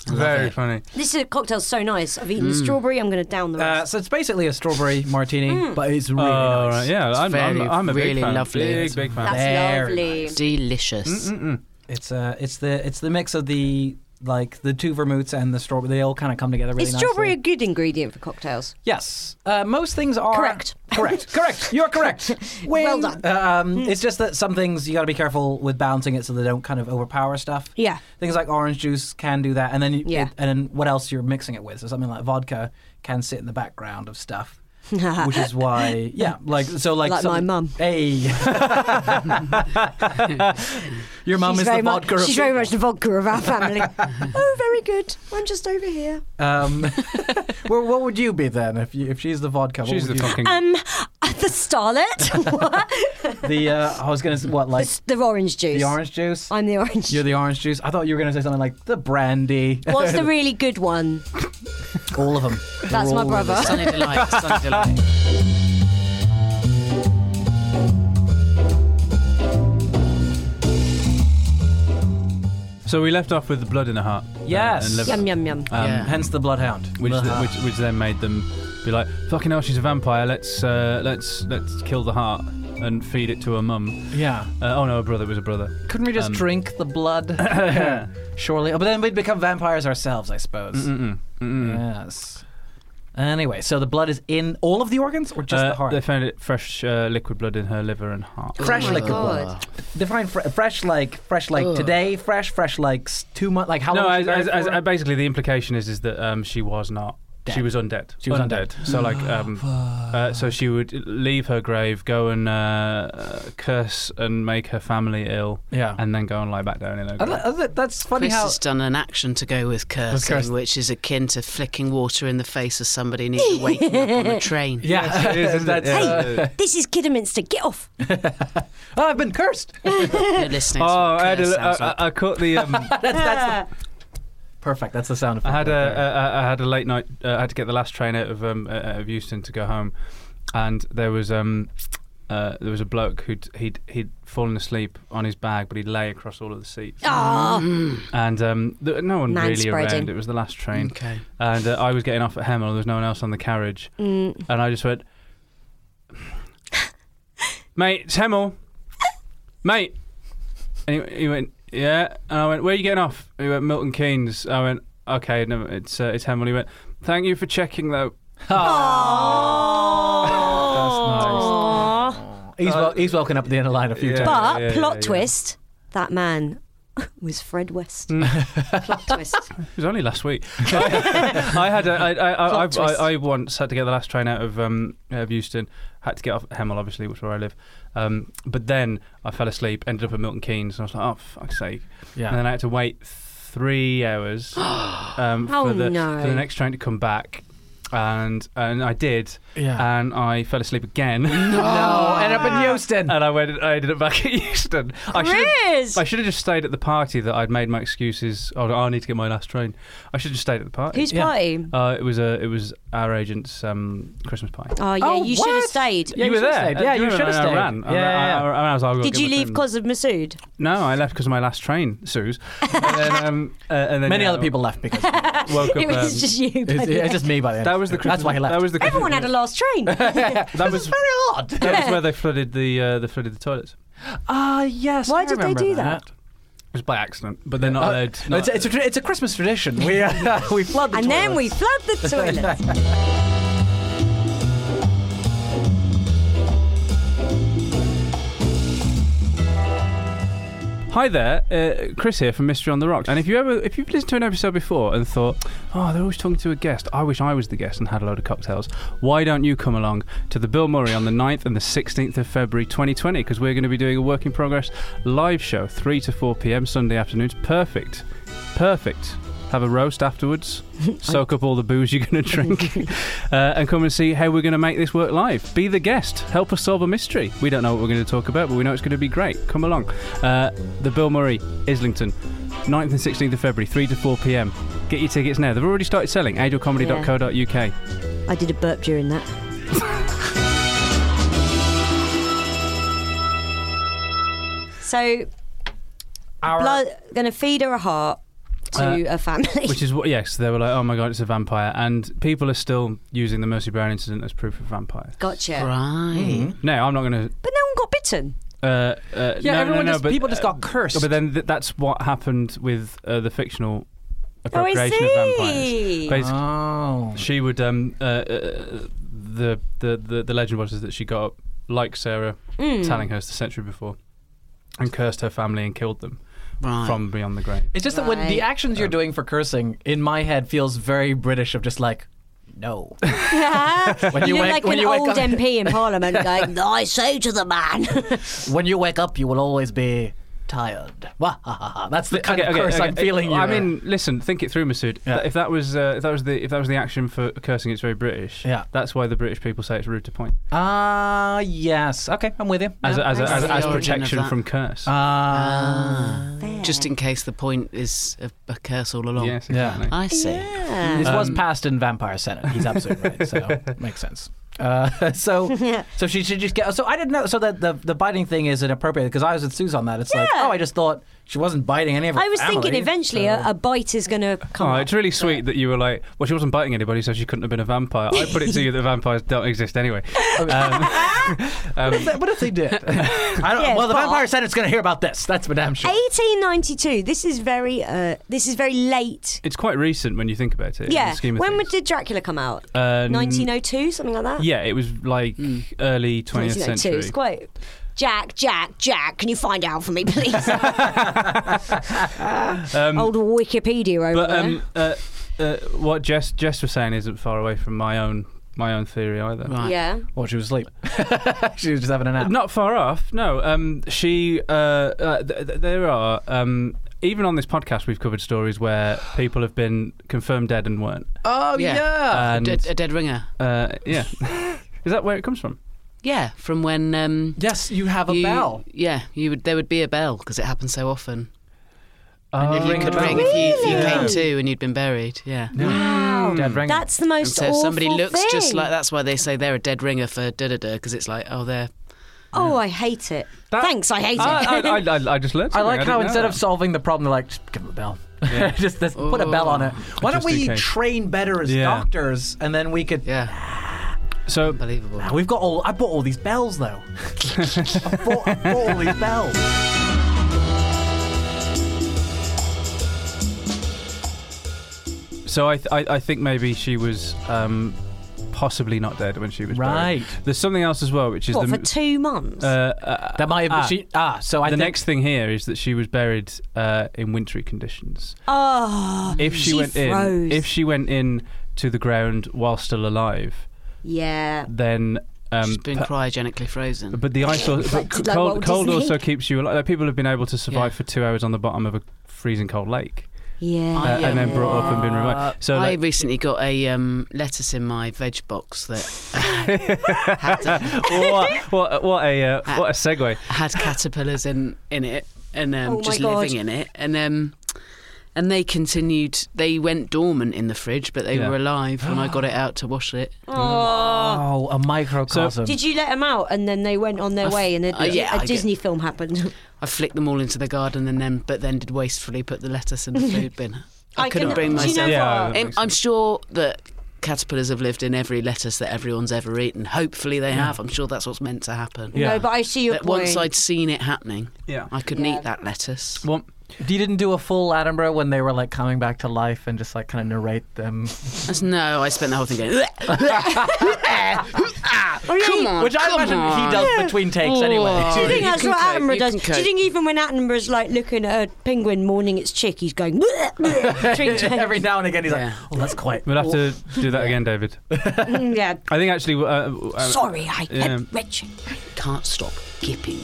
Speaker 2: Very funny.
Speaker 3: This is, cocktail's so nice. I've eaten the strawberry. I'm going to down the
Speaker 1: Mm. Uh,
Speaker 3: rest.
Speaker 1: so it's basically a strawberry martini,
Speaker 3: Mm.
Speaker 1: but it's really
Speaker 3: Oh,
Speaker 2: All
Speaker 1: nice.
Speaker 2: right, yeah, I'm,
Speaker 4: very,
Speaker 2: I'm, I'm a big
Speaker 4: really
Speaker 2: fan.
Speaker 4: lovely,
Speaker 2: big,
Speaker 4: isn't
Speaker 2: big fan.
Speaker 3: That's
Speaker 1: very
Speaker 3: lovely.
Speaker 4: Delicious.
Speaker 1: It's uh, it's the it's the mix of the like the two vermouths and the strawberry. They all kind of come together really
Speaker 3: Is strawberry a
Speaker 1: nicely.
Speaker 3: good ingredient for cocktails?
Speaker 1: Yes, uh, most things are
Speaker 3: Correct. *laughs*
Speaker 1: Correct. correct. You're correct.
Speaker 3: Well
Speaker 1: When-
Speaker 3: done. Hmm.
Speaker 1: Um, It's just that some things you got to be careful with balancing it so they don't kind of overpower stuff.
Speaker 3: Yeah.
Speaker 1: Things like orange juice can do that, and then you,
Speaker 3: Yeah.
Speaker 1: and then what else you're mixing it with? So something like vodka can sit in the background of
Speaker 3: *laughs*
Speaker 1: stuff. which is why, yeah, like so, like
Speaker 3: Like my
Speaker 1: some-
Speaker 3: mum. *laughs*
Speaker 1: Hey, your mum
Speaker 3: she's
Speaker 1: is
Speaker 3: very
Speaker 1: the vodka. of
Speaker 3: much, She's very much the vodka of our family.
Speaker 1: *laughs*
Speaker 3: oh, very good. I'm just over here.
Speaker 1: Um, *laughs* well, what would you be then if you, if she's the vodka? what
Speaker 2: She's the
Speaker 1: would you
Speaker 2: fucking.
Speaker 3: Um,
Speaker 1: *laughs*
Speaker 3: the starlet. What?
Speaker 1: be? the uh, I was gonna say what like
Speaker 3: It's the orange juice.
Speaker 1: the orange
Speaker 3: *laughs*
Speaker 1: juice.
Speaker 3: I'm the orange.
Speaker 1: You're the orange juice. I thought you were gonna say something like the brandy.
Speaker 3: What's the really good one?
Speaker 1: all of them?
Speaker 3: That's my brother.
Speaker 4: Sunny delight. Sunny delight.
Speaker 2: So we left off with the blood in her heart.
Speaker 1: Yes.
Speaker 2: And, and liver.
Speaker 3: Yum yum yum.
Speaker 2: Um,
Speaker 4: Yeah.
Speaker 1: Hence the bloodhound. Uh-huh.
Speaker 2: which, th- which which then made them be like, "Fucking hell, she's a vampire. Let's uh, let's let's kill the heart and feed it to her mum."
Speaker 1: yeah.
Speaker 2: Uh, oh no, her brother it was a brother.
Speaker 1: Couldn't we just
Speaker 2: Um,
Speaker 1: drink the
Speaker 2: *laughs*
Speaker 1: blood? *laughs* Surely. Oh, but then we'd become vampires ourselves, I suppose.
Speaker 2: Mm-mm, mm-mm.
Speaker 1: Yes. Anyway, so the blood is in all of the organs or just
Speaker 2: Uh,
Speaker 1: the heart?
Speaker 2: They found it fresh uh, liquid blood in her liver and heart.
Speaker 1: fresh
Speaker 4: Oh my
Speaker 1: like
Speaker 4: God.
Speaker 1: the define fre- fresh like fresh like
Speaker 4: Ugh.
Speaker 1: today fresh fresh like s- two months like how
Speaker 2: No,
Speaker 1: long was
Speaker 2: as,
Speaker 1: she buried
Speaker 2: as, as,
Speaker 1: for?
Speaker 2: uh, basically the implication is is that um, she was not. She
Speaker 1: Dead.
Speaker 2: was undead.
Speaker 1: She was undead.
Speaker 2: So like,
Speaker 1: *sighs*
Speaker 2: um, uh, so she would leave her grave, go and uh, uh, curse and make her family ill,
Speaker 1: Yeah.
Speaker 2: and then go and lie back down in her
Speaker 1: I
Speaker 2: grave.
Speaker 1: li- I li- that's funny
Speaker 4: Chris
Speaker 1: how
Speaker 4: has done an action to go with cursing,
Speaker 1: cursing.
Speaker 4: which is akin to flicking water in the face of somebody and even waking
Speaker 3: *laughs*
Speaker 4: up on a train.
Speaker 1: *laughs* yeah
Speaker 2: It is, isn't it?
Speaker 1: that's,
Speaker 2: Yeah.
Speaker 3: This is Kidderminster. Get off.
Speaker 1: Oh, I've been cursed
Speaker 4: You're listening to
Speaker 2: Oh,
Speaker 4: what
Speaker 2: I, had
Speaker 4: curse
Speaker 2: a,
Speaker 4: sounds
Speaker 2: I,
Speaker 4: like.
Speaker 2: I, I caught the. Um,
Speaker 1: perfect that's the sound
Speaker 2: I
Speaker 1: effect
Speaker 2: had a,
Speaker 1: right there.
Speaker 2: a, a I had a late night. Uh, I had to get the last train out of um, uh, out of Euston to go home, and there was um, uh, there was a bloke who'd he'd he'd fallen asleep on his bag, but he'd lay across all of the seats,
Speaker 3: Ah,
Speaker 2: and um, th- no one
Speaker 3: Man
Speaker 2: really
Speaker 3: spreading.
Speaker 2: around. It was the last train,
Speaker 4: Okay.
Speaker 2: and uh, I was getting off at Hemel, and there was no one else on the carriage,
Speaker 3: Mm.
Speaker 2: and I just went, "Mate, it's Hemel, mate," and he, he went, "Yeah," and I went, "Where are you getting off?" And he went, "Milton Keynes." I went, "Okay, no, it's uh, it's Hemel." He went, "Thank you for checking, though."
Speaker 1: He's, wel- he's woken up at the end of the line a few
Speaker 2: Yeah.
Speaker 1: times.
Speaker 3: but
Speaker 2: yeah,
Speaker 3: plot
Speaker 2: yeah.
Speaker 3: twist: that man *laughs* was Fred West. plot twist.
Speaker 2: It was only last week. *laughs* I, I had a, I, I, I,
Speaker 3: Plot
Speaker 2: I,
Speaker 3: twist.
Speaker 2: I, I once had to get the last train out of um, of Euston. Had to get off at Hemel, obviously, which is where I live. Um, but then I fell asleep, ended up at Milton Keynes, and I was like, oh, fuck's sake.
Speaker 1: Yeah.
Speaker 2: And then I had to wait three
Speaker 3: *gasps*
Speaker 2: hours um,
Speaker 3: Oh,
Speaker 2: for, the,
Speaker 3: no.
Speaker 2: for the next train to come back. And and I did,
Speaker 1: Yeah.
Speaker 2: and I fell asleep again.
Speaker 1: No, end up
Speaker 2: uh,
Speaker 1: in Houston.
Speaker 2: *laughs* and I went. I ended up back at Euston. I
Speaker 3: Chris!
Speaker 2: should've- I should have just stayed at the party that I'd made my excuses. Oh, I need to get my last train. I should have just stayed at the party.
Speaker 3: Whose
Speaker 1: Yeah.
Speaker 3: party?
Speaker 2: Uh, it was a. It was our agent's um, Christmas party.
Speaker 3: Oh yeah, you should have stayed.
Speaker 1: Yeah, you
Speaker 2: were
Speaker 1: should've
Speaker 2: there.
Speaker 1: stayed. Yeah,
Speaker 2: Uh, do
Speaker 1: you
Speaker 2: remember?
Speaker 1: should've
Speaker 2: And I
Speaker 1: stayed.
Speaker 2: ran. I-
Speaker 1: Yeah, yeah,
Speaker 2: I-
Speaker 1: yeah.
Speaker 2: I- I was like, "Oh, I'll go
Speaker 3: Did
Speaker 2: get
Speaker 3: you
Speaker 2: my
Speaker 3: leave
Speaker 2: friend.
Speaker 3: because of Masood?
Speaker 2: No, I left because of my last
Speaker 1: *laughs*
Speaker 2: train, Suze. And then, um, uh, and then,
Speaker 1: Many
Speaker 2: yeah,
Speaker 1: other people left because
Speaker 2: woke up.
Speaker 3: It was
Speaker 2: um,
Speaker 3: just you.
Speaker 1: it's,
Speaker 3: bloody
Speaker 1: it's just me by the end.
Speaker 2: that was the. Christmas,
Speaker 1: That's why he left.
Speaker 2: That was the. Christmas- *laughs*
Speaker 3: *laughs* Everyone had a last train.
Speaker 2: That was very odd.
Speaker 1: *laughs*
Speaker 2: That was where they flooded the uh, they flooded the toilets.
Speaker 1: Ah, yes.
Speaker 3: Why
Speaker 1: I
Speaker 3: did they
Speaker 1: remember
Speaker 3: do that?
Speaker 2: It was by accident, but they're not allowed.
Speaker 1: No,
Speaker 2: not-
Speaker 1: Uh, it's, it's, a, tra- it's a Christmas tradition. We uh, *laughs* we flood the
Speaker 3: and then we
Speaker 1: toilets.
Speaker 3: flood the toilet.
Speaker 2: Hi there, uh, Chris here from Mystery on the Rocks. And if you ever, if you've listened to an episode before and thought, oh, they're always talking to a guest. I wish I was the guest and had a load of cocktails. Why don't you come along to the Bill Murray on the 9th and the 16th of February 2020? Because we're going to be doing a work in progress live show, 3 to 4 p.m. Sunday afternoons. Perfect, perfect. Have a
Speaker 1: *laughs*
Speaker 2: roast afterwards. Soak up all the booze you're going to drink, uh, and come and see how we're going to make this work live. Be the guest. Help us solve a mystery. We don't know what we're going to talk about, but we know it's going to be great. Come along. Uh, the Bill Murray, Islington, 9th and 16th of February, 3 to 4 p.m. Get your tickets now. They've already started selling. AgeLComedy.co.uk.
Speaker 3: I did a burp during that. so,
Speaker 1: Our-
Speaker 3: blood going to feed her a heart to a family.
Speaker 2: Uh, Which is what, yes, they were like, oh my god, it's a vampire. And people are still using the Mercy Brown incident as proof of vampire.
Speaker 3: *laughs* gotcha.
Speaker 4: Right.
Speaker 2: No, I'm not going to.
Speaker 3: But no one got bitten.
Speaker 2: Uh, uh,
Speaker 1: yeah,
Speaker 2: no,
Speaker 1: everyone
Speaker 2: no, no,
Speaker 1: just
Speaker 2: but,
Speaker 1: people just
Speaker 2: uh,
Speaker 1: got cursed.
Speaker 2: But then th- that's what happened with uh, the fictional
Speaker 3: Oh, I
Speaker 2: appropriation of vampires.
Speaker 3: see.
Speaker 2: Basically,
Speaker 1: oh,
Speaker 2: she would. Um, uh, uh, the, the the the legend was is that she got up like Sarah Tallinghurst the century before, and cursed her family and killed them
Speaker 4: Right.
Speaker 2: from beyond the grave.
Speaker 1: it's just that when the
Speaker 3: Right.
Speaker 1: actions you're doing for cursing in my head feels very British of just like *laughs* no. When
Speaker 3: you know,
Speaker 1: wake-
Speaker 3: like
Speaker 1: when
Speaker 3: an
Speaker 1: you wake
Speaker 3: old
Speaker 1: up-
Speaker 3: MP in Parliament
Speaker 2: *laughs*
Speaker 3: going, I say to the man.
Speaker 1: when you wake up, you will always be tired. Wah, ha, ha, ha. That's the kind of curse I'm feeling.
Speaker 2: I
Speaker 1: here.
Speaker 2: mean, listen, think it through, Masood.
Speaker 1: Yeah.
Speaker 2: If that was uh, if that was the if that was the action for cursing, it's very British.
Speaker 1: Yeah.
Speaker 2: that's why the British people say it's rude to point
Speaker 1: ah, yes. Okay, I'm with you.
Speaker 2: as
Speaker 1: Yeah.
Speaker 2: as
Speaker 4: I
Speaker 2: as,
Speaker 4: see.
Speaker 2: as
Speaker 4: The origin of
Speaker 2: protection
Speaker 4: that.
Speaker 2: from curse.
Speaker 1: Ah,
Speaker 3: *laughs*
Speaker 4: Just in case the point is a, a curse all along.
Speaker 2: yes,
Speaker 1: Yeah.
Speaker 2: exactly.
Speaker 4: I see.
Speaker 1: this was passed in Vampire Senate. He's absolutely right. *laughs* So makes sense. Uh, *laughs* so, so she should just get. So I didn't know. So that the the biting thing is inappropriate because I was with Suze on that. It's like,
Speaker 3: Yeah.
Speaker 1: oh, I just thought she wasn't biting any of her
Speaker 3: I was thinking
Speaker 1: family,
Speaker 3: eventually
Speaker 1: so-
Speaker 3: a, a bite is going to come.
Speaker 2: Oh,
Speaker 3: up.
Speaker 2: it's really sweet that you were like, well, she wasn't biting anybody, so she couldn't have been a vampire. I put it to
Speaker 3: *laughs*
Speaker 2: you that vampires don't exist anyway. Um,
Speaker 1: what, if they, what if *laughs* they did? I don't,
Speaker 3: Yeah,
Speaker 1: well, the
Speaker 3: but-
Speaker 1: Vampire Senate's going to hear about this. That's for damn sure.
Speaker 3: 1892. This is very, uh, this is very late.
Speaker 2: It's quite recent when you think about it. In
Speaker 3: Yeah.
Speaker 2: the scheme of
Speaker 3: When
Speaker 2: things.
Speaker 3: did Dracula come out?
Speaker 2: Uh,
Speaker 3: 1902, something like that.
Speaker 2: Yeah, it was like early 20th
Speaker 3: 1902.
Speaker 2: century.
Speaker 3: Hmm.
Speaker 2: *laughs*
Speaker 3: It's quite. Jack, Jack, Jack, can you find out for me, please?
Speaker 2: *laughs*
Speaker 3: Old Wikipedia over
Speaker 2: Um, But
Speaker 3: there.
Speaker 2: um, uh, uh, what Jess Jess was saying isn't far away from my own my own theory either.
Speaker 4: Right.
Speaker 3: yeah.
Speaker 1: Or she was asleep. *laughs* she was just having a nap.
Speaker 2: Not far off. No. Um, she. Uh, uh, th- th- there are. Um, even on this podcast, we've covered stories where people have been confirmed dead and weren't.
Speaker 1: Oh
Speaker 4: Yeah.
Speaker 3: Ah,
Speaker 2: yeah.
Speaker 4: A
Speaker 2: And-
Speaker 4: dead- a dead ringer.
Speaker 2: Uh, yeah. *laughs* Is that where it comes from?
Speaker 4: Yeah, from when um,
Speaker 1: yes, you have a
Speaker 4: you-
Speaker 1: bell.
Speaker 4: Yeah, you would. There would be a bell because it happened so often.
Speaker 2: Oh,
Speaker 4: you could Uh, ring if you, if you came to and you'd been buried. Yeah.
Speaker 2: Dead ringer.
Speaker 3: That's the most
Speaker 4: So if
Speaker 3: awful
Speaker 4: somebody looks just
Speaker 3: thing.
Speaker 4: like that's why they say they're a dead ringer for da da da because it's like oh they're
Speaker 3: Oh, I hate it.
Speaker 2: That-
Speaker 3: Thanks, I hate it.
Speaker 2: I, I, I, I just learned.
Speaker 1: I
Speaker 2: something.
Speaker 1: like how
Speaker 2: didn't know
Speaker 1: instead of
Speaker 2: that.
Speaker 1: solving the problem, they're like, just give them a bell. *laughs* just just put a bell on it. Why don't
Speaker 2: Just in
Speaker 1: we
Speaker 2: case.
Speaker 1: train better as
Speaker 2: Yeah.
Speaker 1: doctors, and then we could.
Speaker 4: Yeah,
Speaker 2: so
Speaker 4: unbelievable.
Speaker 1: We've got all. I bought all these bells *laughs* though. I, bought, I bought all these bells.
Speaker 2: So I, th- I, I think maybe she was um, possibly not dead when she was
Speaker 1: Right.
Speaker 2: buried. There's something else as well, which is
Speaker 3: *laughs* what,
Speaker 2: the Uh,
Speaker 3: for two months?
Speaker 1: That might have.
Speaker 2: Ah.
Speaker 1: she, ah so I
Speaker 2: the
Speaker 1: think,
Speaker 2: next thing here is that she was buried uh, in wintry conditions.
Speaker 3: oh,
Speaker 2: If she,
Speaker 3: she
Speaker 2: went in,
Speaker 3: froze.
Speaker 2: if she went in to the ground while still alive,
Speaker 3: yeah.
Speaker 2: then. Um,
Speaker 4: She's been
Speaker 2: pe-
Speaker 4: cryogenically frozen.
Speaker 2: but the ice, al- but
Speaker 3: Like-
Speaker 2: c-
Speaker 3: like
Speaker 2: cold,
Speaker 3: Walt
Speaker 2: cold
Speaker 3: Disney.
Speaker 2: also keeps you alive. People have been able to survive
Speaker 4: Yeah.
Speaker 2: for two hours on the bottom of a freezing cold lake,
Speaker 3: Yeah.
Speaker 2: uh, and then brought up and been removed. So
Speaker 4: I
Speaker 2: uh, like,
Speaker 4: *laughs* recently got a um, lettuce in my veg box that
Speaker 2: what, *laughs* what, what a uh, what a segue.
Speaker 4: had caterpillars in in it and um,
Speaker 3: Oh my
Speaker 4: just
Speaker 3: God.
Speaker 4: living in it and um and they continued they went dormant in the fridge but they
Speaker 2: Yeah.
Speaker 4: were alive when I got
Speaker 2: *gasps*
Speaker 4: it out to wash it
Speaker 3: Oh.
Speaker 1: Oh, a microcosm.
Speaker 3: Did you let them out and then they went on their
Speaker 4: I f-
Speaker 3: way and a,
Speaker 4: uh, yeah,
Speaker 3: a
Speaker 4: I get-
Speaker 3: Disney film happened?
Speaker 4: I flicked them all into the garden and then but then did wastefully put the lettuce
Speaker 3: *laughs*
Speaker 4: in the food bin I,
Speaker 3: I
Speaker 4: couldn't
Speaker 3: can-
Speaker 4: bring
Speaker 3: do you know
Speaker 4: myself
Speaker 3: what?
Speaker 2: Yeah, that
Speaker 4: I'm,
Speaker 2: makes
Speaker 4: I'm sure that caterpillars have lived in every lettuce that everyone's ever eaten hopefully they have I'm sure that's what's meant to happen
Speaker 2: Yeah.
Speaker 3: *laughs* No, but I see your
Speaker 4: but once
Speaker 3: point.
Speaker 4: I'd seen it happening
Speaker 2: Yeah.
Speaker 4: I couldn't
Speaker 3: Yeah.
Speaker 4: eat that lettuce
Speaker 2: Well,
Speaker 1: you didn't do a full Attenborough when they were like coming back to life and just like kind of narrate them,
Speaker 4: That's- no I spent the whole thing going *laughs* come on
Speaker 1: which I
Speaker 4: come
Speaker 1: imagine
Speaker 4: on.
Speaker 1: he does between takes anyway.
Speaker 3: do you *laughs* think
Speaker 4: you
Speaker 3: that's
Speaker 4: can
Speaker 3: what
Speaker 4: cope,
Speaker 3: Attenborough
Speaker 4: you
Speaker 3: does?
Speaker 4: can
Speaker 3: Do you
Speaker 4: cope.
Speaker 3: think even when Attenborough's like looking at a penguin mourning its chick, he's going three times?
Speaker 1: Every now and again, he's
Speaker 4: Yeah.
Speaker 1: like, "Oh, that's quite."
Speaker 2: we'll have to do that again, David.
Speaker 3: Mm, yeah.
Speaker 2: I think actually. Uh, uh,
Speaker 3: Sorry, I
Speaker 2: Yeah.
Speaker 3: am Richard.
Speaker 4: can't stop gipping.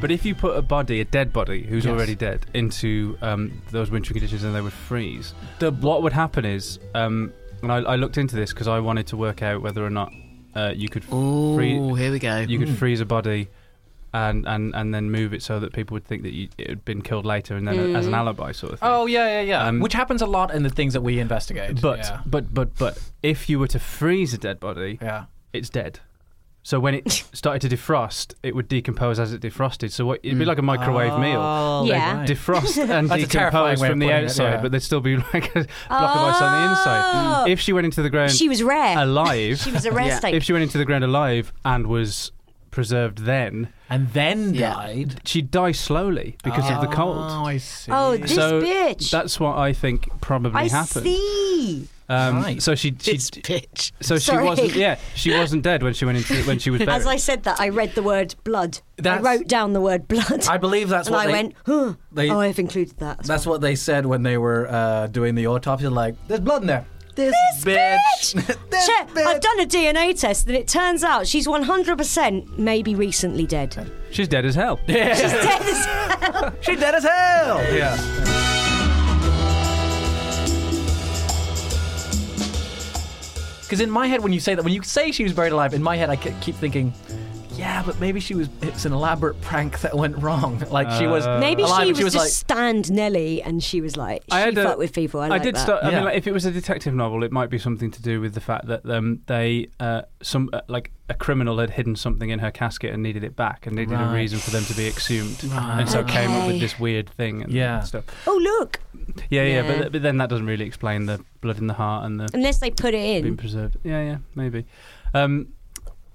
Speaker 2: But if you put a body, a dead body, who's
Speaker 4: Yes.
Speaker 2: already dead, into um, those wintry conditions and they would freeze, what would happen is, um, and I, I looked into this because I wanted to work out whether or not uh, you could
Speaker 4: Oh,
Speaker 2: freeze,
Speaker 4: here we go.
Speaker 2: you could freeze a body. And, and, and then move it so that people would think that you, it had been killed later and then as an alibi sort of thing.
Speaker 1: *laughs* Oh yeah, yeah, yeah.
Speaker 2: Um,
Speaker 1: Which happens a lot in the things that we investigate.
Speaker 2: but
Speaker 1: yeah.
Speaker 2: but but but if you were to freeze a dead body,
Speaker 1: yeah.
Speaker 2: it's dead. So when it
Speaker 1: *laughs*
Speaker 2: started to defrost, it would decompose as it defrosted. So what,
Speaker 1: Mm.
Speaker 2: it'd be like a microwave meal.
Speaker 3: They'd Yeah.
Speaker 1: *laughs*
Speaker 3: right.
Speaker 2: defrost and
Speaker 1: Oh, That's a terrifying
Speaker 2: decompose
Speaker 1: way of
Speaker 2: from the
Speaker 1: putting it,
Speaker 2: outside,
Speaker 1: yeah. Oh.
Speaker 2: but there'd still be *laughs* like a block of ice on the inside. If she went into the ground
Speaker 3: She was rare.
Speaker 2: alive,
Speaker 3: She was a rare
Speaker 4: Yeah.
Speaker 3: steak.
Speaker 2: if she went into the ground alive and was preserved, then
Speaker 1: And then
Speaker 4: Yeah.
Speaker 1: died
Speaker 2: she'd die slowly because of the
Speaker 1: Oh,
Speaker 2: cold.
Speaker 1: I see.
Speaker 3: Oh, this
Speaker 2: so
Speaker 3: bitch.
Speaker 2: that's what I think probably
Speaker 3: I
Speaker 2: happened.
Speaker 3: see.
Speaker 2: Um,
Speaker 1: Right.
Speaker 2: So she, she *laughs*
Speaker 4: It's pitch.
Speaker 2: so she
Speaker 3: Sorry.
Speaker 2: wasn't
Speaker 3: *laughs*
Speaker 2: yeah she wasn't dead when she went into when she was buried.
Speaker 3: As I said that, I read the word blood.
Speaker 1: That's-
Speaker 3: I wrote down the word blood.
Speaker 1: I believe that's
Speaker 3: and
Speaker 1: what
Speaker 3: I
Speaker 1: they,
Speaker 3: went, huh,
Speaker 1: they-
Speaker 3: oh, I've included that. as
Speaker 1: That's what they said when they were uh, doing the autopsy. Like, there's blood in there. *laughs* This,
Speaker 6: *laughs*
Speaker 1: bitch. this
Speaker 3: Sure,
Speaker 1: bitch.
Speaker 3: I've done a DNA test, and it turns out she's 100% maybe recently dead.
Speaker 2: She's dead as hell.
Speaker 3: She's dead as
Speaker 1: She's dead as hell.
Speaker 2: Yeah.
Speaker 1: Because in my head, when you say that, when you say she was buried alive, in my head, I ke- keep thinking. Yeah, but maybe she was. It's an elaborate prank that went wrong. *laughs* Like she was.
Speaker 3: Maybe
Speaker 1: alive,
Speaker 3: she
Speaker 1: and
Speaker 3: was,
Speaker 1: she was
Speaker 3: just
Speaker 1: like,
Speaker 3: stand Nelly, and she was like, she
Speaker 2: I had a-
Speaker 3: fucked with people. I,
Speaker 2: I
Speaker 3: like
Speaker 2: did
Speaker 3: that.
Speaker 2: start. I
Speaker 1: Yeah.
Speaker 2: mean, like, if it was a detective novel, it might be something to do with the fact that um, they, uh, some uh, like a criminal had hidden something in her casket and needed it back, and needed a
Speaker 1: Right.
Speaker 2: reason for them to be exhumed, and so came up with
Speaker 3: Okay.
Speaker 2: this weird thing and
Speaker 1: Yeah.
Speaker 2: stuff.
Speaker 3: Oh look!
Speaker 2: Yeah, yeah, But,
Speaker 4: Yeah.
Speaker 2: th- but then that doesn't really explain the blood in the heart and the
Speaker 3: Unless they put it
Speaker 2: being
Speaker 3: in.
Speaker 2: preserved. Yeah, yeah, maybe. Um,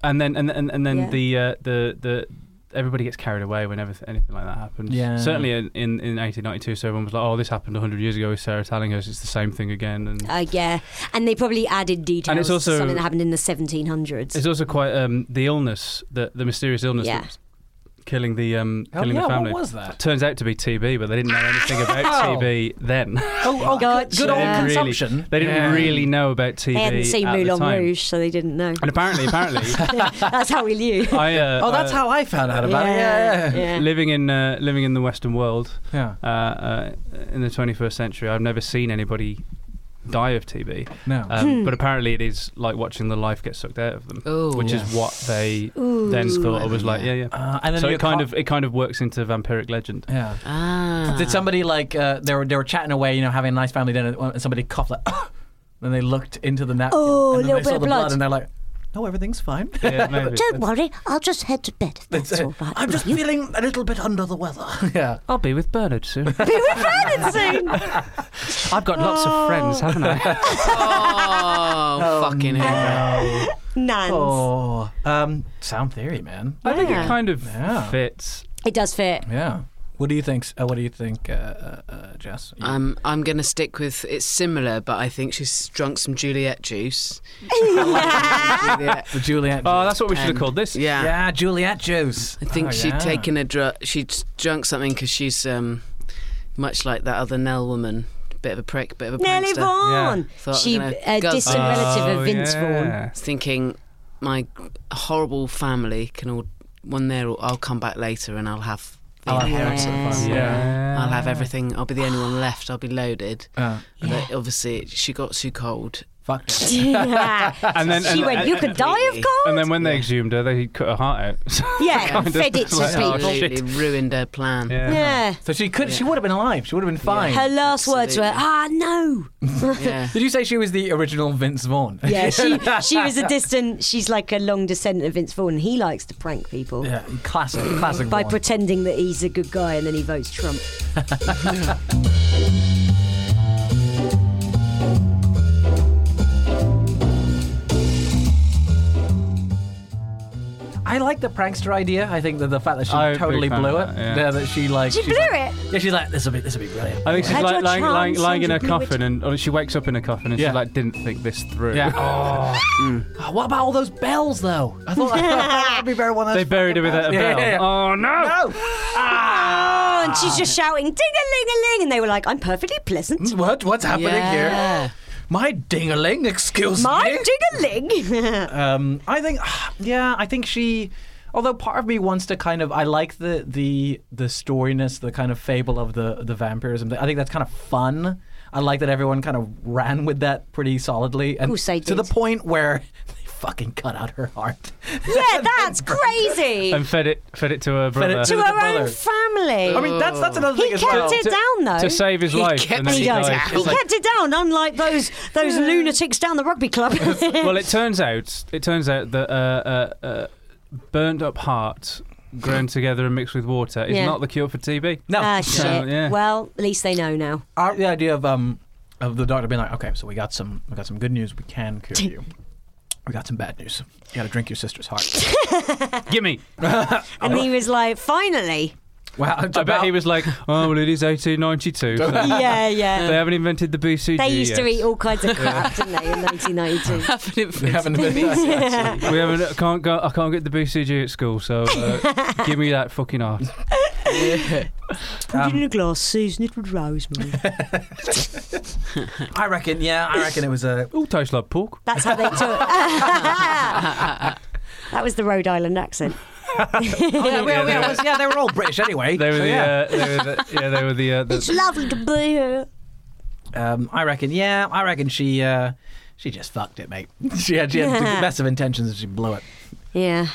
Speaker 2: and then and and, and then
Speaker 3: Yeah.
Speaker 2: the uh, the the everybody gets carried away whenever th- anything like that happens.
Speaker 1: Yeah.
Speaker 2: Certainly in, in, in 1892, so everyone was like, "Oh, this happened 100 years ago with Sarah telling us it's the same thing again." And
Speaker 3: Uh, yeah, and they probably added details.
Speaker 2: it's also-
Speaker 3: to something that happened in the 1700s.
Speaker 2: it's also quite um, the illness, the the mysterious illness
Speaker 3: Yeah.
Speaker 2: that's killing the um,
Speaker 1: Oh,
Speaker 2: killing
Speaker 1: yeah,
Speaker 2: the
Speaker 1: what
Speaker 2: family.
Speaker 1: was that?
Speaker 2: Turns out to be TB, but they didn't know
Speaker 1: *laughs*
Speaker 2: anything about
Speaker 1: Ow.
Speaker 2: TB then.
Speaker 1: oh, oh, good, good old
Speaker 3: Gotcha.
Speaker 2: they didn't really,
Speaker 1: consumption.
Speaker 2: they didn't
Speaker 1: Yeah.
Speaker 2: really know about TB.
Speaker 3: they hadn't seen
Speaker 2: at the
Speaker 3: Moulin
Speaker 2: time.
Speaker 3: Rouge, so they didn't know.
Speaker 2: And apparently, apparently,
Speaker 3: That's how we knew.
Speaker 2: I. Uh,
Speaker 1: *laughs* Oh, that's
Speaker 2: uh,
Speaker 1: how I found out about it. Yeah, yeah.
Speaker 3: yeah.
Speaker 2: living in uh, living in the Western world
Speaker 1: yeah.
Speaker 2: uh, uh, in the 21st century, I've never seen anybody die of TB.
Speaker 1: No.
Speaker 3: Hmm.
Speaker 2: Um, but apparently it is like watching the life get sucked out of them,
Speaker 4: Ooh.
Speaker 2: which is what they then thought. I was like, yeah, yeah.
Speaker 1: Uh, and then
Speaker 2: so
Speaker 1: you're
Speaker 2: it kind
Speaker 1: caught-
Speaker 2: of it kind of works into vampiric legend.
Speaker 1: Yeah.
Speaker 4: Ah.
Speaker 1: Did somebody like uh, they were they were chatting away, you know, having a nice family dinner, and somebody coughed like, *laughs* then they looked into the napkin,
Speaker 3: Oh,
Speaker 1: and then
Speaker 3: little
Speaker 1: they saw
Speaker 3: bit
Speaker 1: the
Speaker 3: of
Speaker 1: blood.
Speaker 3: blood.
Speaker 1: and they're like, "No, everything's fine."
Speaker 2: *laughs* Yeah, maybe.
Speaker 5: Don't worry, I'll just head to bed. if That's all right.
Speaker 1: I'm just feeling a little bit under the weather. *laughs* yeah,
Speaker 2: I'll be with Bernard soon. I've got lots of friends, haven't I?
Speaker 4: *laughs* Oh, fucking hell.
Speaker 5: Nans.
Speaker 1: Oh, um, sound theory, man.
Speaker 2: I think
Speaker 4: Yeah.
Speaker 2: it kind of
Speaker 1: Yeah.
Speaker 2: fits.
Speaker 3: It does fit.
Speaker 1: Yeah. What do you think? Uh, what do you think, uh, uh, uh, Jess? You-
Speaker 4: Um, I'm going to stick with it's similar, but I think she's drunk some Juliet *laughs* juice.
Speaker 3: *laughs*
Speaker 4: Juliet.
Speaker 1: the Juliet.
Speaker 2: Oh,
Speaker 1: juice.
Speaker 2: that's what we should have
Speaker 4: And-
Speaker 2: called this.
Speaker 4: Yeah.
Speaker 1: yeah, Juliet juice.
Speaker 4: I think
Speaker 1: Oh,
Speaker 4: she'd
Speaker 1: yeah.
Speaker 4: taken a drug. She'd drunk something because she's um, much like that other Nell woman, bit of a prick, bit of a
Speaker 3: Nellie
Speaker 4: prankster.
Speaker 3: Vaughan.
Speaker 4: Thought I was
Speaker 3: She,
Speaker 4: gonna
Speaker 3: a
Speaker 4: go-
Speaker 3: distant
Speaker 4: Oh,
Speaker 3: relative of Vince
Speaker 2: Oh,
Speaker 3: Vaughan.
Speaker 4: I was thinking, my horrible family can all one there. I'll come back later and I'll have the
Speaker 1: I'll have
Speaker 4: inheritance.
Speaker 2: Yeah.
Speaker 4: I'll have everything. I'll be the only one left. I'll be loaded.
Speaker 1: Uh,
Speaker 4: But obviously, she got too cold.
Speaker 1: fuck. it.
Speaker 3: *laughs*
Speaker 2: And then
Speaker 3: she
Speaker 2: and,
Speaker 3: went, you could die of
Speaker 4: Completely.
Speaker 3: cold.
Speaker 2: and then when they exhumed her, they cut her heart out. *laughs* So
Speaker 3: *laughs* yeah,
Speaker 2: kind of
Speaker 3: fed it to
Speaker 2: like, oh,
Speaker 3: people.
Speaker 4: Absolutely
Speaker 2: shit.
Speaker 4: ruined her plan.
Speaker 2: Yeah.
Speaker 3: Yeah.
Speaker 1: So she could. She would have been alive. She would have been fine.
Speaker 3: Her last words were,
Speaker 4: Absolutely.
Speaker 3: ah, no.
Speaker 4: Yeah.
Speaker 1: Did you say she was the original Vince Vaughn?
Speaker 3: Yeah, she she was a distant. She's like a long descendant of Vince Vaughn. and He likes to prank people
Speaker 1: *laughs* Yeah, classic, classic.
Speaker 3: by
Speaker 1: Vaughn.
Speaker 3: pretending that he's a good guy and then he votes Trump.
Speaker 1: I like the prankster idea. I think that the fact that she
Speaker 2: I'm a big
Speaker 1: totally
Speaker 2: fan
Speaker 1: blew it.
Speaker 2: of that, yeah.
Speaker 1: that she like
Speaker 5: She
Speaker 1: she's
Speaker 5: blew
Speaker 1: like-
Speaker 5: it.
Speaker 1: Yeah, she's like this will be this will be brilliant.
Speaker 2: I think she's
Speaker 3: Had
Speaker 2: like
Speaker 3: your
Speaker 2: lying,
Speaker 3: chance,
Speaker 2: lying, lying in her
Speaker 3: Andrew Blewett.
Speaker 2: coffin, and or she wakes up in a coffin, and
Speaker 1: Yeah.
Speaker 2: she like didn't think this through.
Speaker 1: Yeah. Oh. Oh, What about all those bells though? I thought that'd be very one of those.
Speaker 2: They buried her with a bell.
Speaker 1: Yeah, yeah, yeah.
Speaker 2: Oh no!
Speaker 1: No. Ah!
Speaker 3: Oh, and she's just shouting, ding a ling a ling. And they were like, I'm perfectly
Speaker 6: Mm.
Speaker 3: pleasant.
Speaker 1: What? What's happening
Speaker 4: Yeah.
Speaker 1: here? My ding-a-ling, excuse
Speaker 3: My
Speaker 1: me.
Speaker 3: ding a ling.
Speaker 1: um, I think, *sighs* yeah, I think she. Although part of me wants to kind of, I like the the the storiness, the kind of fable of the the vampirism. I think that's kind of fun. I like that everyone kind of ran with that pretty solidly, and
Speaker 3: course they
Speaker 1: to the
Speaker 3: did.
Speaker 1: point where *laughs* they fucking cut out her heart.
Speaker 3: *laughs* Yeah, that's crazy.
Speaker 2: And fed it, fed it to her
Speaker 1: Fed it
Speaker 2: brother
Speaker 1: to
Speaker 3: to
Speaker 1: the
Speaker 3: her
Speaker 1: brother.
Speaker 3: own family.
Speaker 1: I mean, that's that's another
Speaker 3: he
Speaker 1: thing as
Speaker 3: kept
Speaker 1: well.
Speaker 3: it down though.
Speaker 2: to save his life.
Speaker 4: kept
Speaker 2: and then
Speaker 4: it
Speaker 2: he
Speaker 4: down.
Speaker 2: died.
Speaker 3: he *laughs*
Speaker 2: It's like-
Speaker 3: kept it down, unlike those those lunatics down the rugby club.
Speaker 2: well, it turns out, it turns out that uh, uh, uh, burnt up heart grown together and mixed with water is
Speaker 3: Yeah.
Speaker 2: not the cure for TB.
Speaker 1: No,
Speaker 3: ah,
Speaker 1: so-
Speaker 3: shit.
Speaker 2: yeah.
Speaker 3: Well, at least they know now.
Speaker 1: I like the idea of um of the doctor being like, okay, so we got some we got some good news. We can cure you. We got some bad news. You got to drink your sister's
Speaker 3: *laughs*
Speaker 1: heart.
Speaker 2: *laughs* Gimme!
Speaker 3: And he was like, finally.
Speaker 1: Wow,
Speaker 2: I bet he was like, oh, well, it is 1892.
Speaker 3: *laughs*
Speaker 2: so
Speaker 3: Yeah, yeah.
Speaker 2: *laughs* they haven't invented the BCG
Speaker 3: They used to
Speaker 2: yet.
Speaker 3: eat all kinds of crap, didn't they, in 1992?
Speaker 1: having a
Speaker 2: We haven't. I can't go. I can't get the BCG at school. So
Speaker 3: *laughs*
Speaker 2: uh, give me that fucking art.
Speaker 3: Put it in a
Speaker 5: Oh,
Speaker 3: glass, season it with rosemary.
Speaker 1: *laughs* I reckon, yeah, I reckon it was a.
Speaker 2: All tastes like pork.
Speaker 3: That's how they do it. *laughs* that was the Rhode Island accent.
Speaker 1: yeah, well,
Speaker 2: they
Speaker 1: yeah,
Speaker 2: were-
Speaker 1: it was- yeah, they were all British
Speaker 6: *laughs*
Speaker 1: anyway.
Speaker 6: Oh,
Speaker 2: They were
Speaker 1: so
Speaker 2: the.
Speaker 1: yeah.
Speaker 2: Uh, they were the yeah, they were the.
Speaker 3: *laughs*
Speaker 2: Uh,
Speaker 5: It's
Speaker 2: the
Speaker 5: lovely to be here.
Speaker 1: Um, I reckon, yeah, I reckon she uh, she just fucked it,
Speaker 6: *laughs*
Speaker 1: mate. she had she had
Speaker 3: Yeah.
Speaker 1: massive intentions and she blew it.
Speaker 3: Yeah.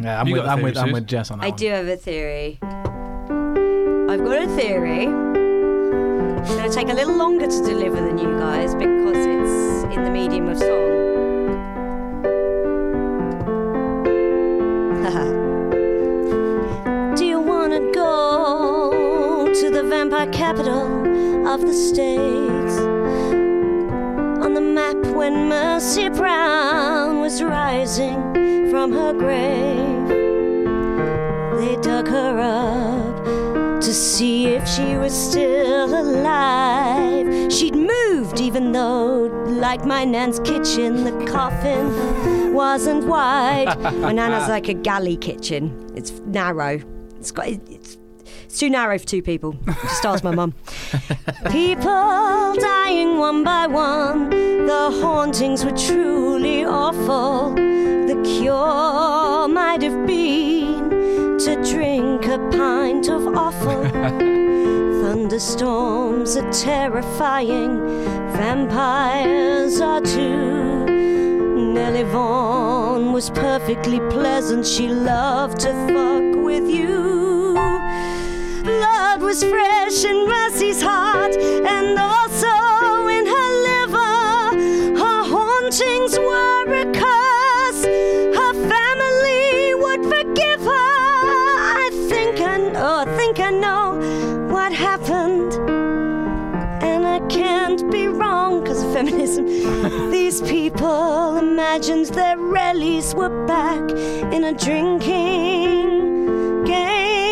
Speaker 1: Yeah, I'm
Speaker 2: You
Speaker 1: with
Speaker 2: got a
Speaker 1: I'm
Speaker 2: theory,
Speaker 1: with I'm
Speaker 2: Suze?
Speaker 1: with Jess on that.
Speaker 3: I
Speaker 1: one.
Speaker 3: do have a theory. I've got a theory. It's going to take a little longer to deliver than you guys because it's in the medium of song. *laughs* Do you want to go to the vampire capital of the states? On the map when Mercy Brown was rising from her grave. They dug her up to see if she was still alive. She'd moved, even though, like my nan's kitchen, the coffin wasn't wide. my nana's like a galley kitchen. It's narrow. It's got it's. It's too narrow for two people. Just ask my mum. People dying one by one. The hauntings were truly awful. The cure might have been to drink a pint of awful thunder Thunderstorms are terrifying, vampires are too. Nellie Vaughan was perfectly pleasant, she loved to fuck with you. Blood was fresh in Rassie's heart and also in her liver. Her hauntings were a curse, her family would forgive her. I think I know, I think I know what happened. And I can't be wrong because of feminism.
Speaker 6: *laughs*
Speaker 3: These people imagined their rallies were back in a drinking game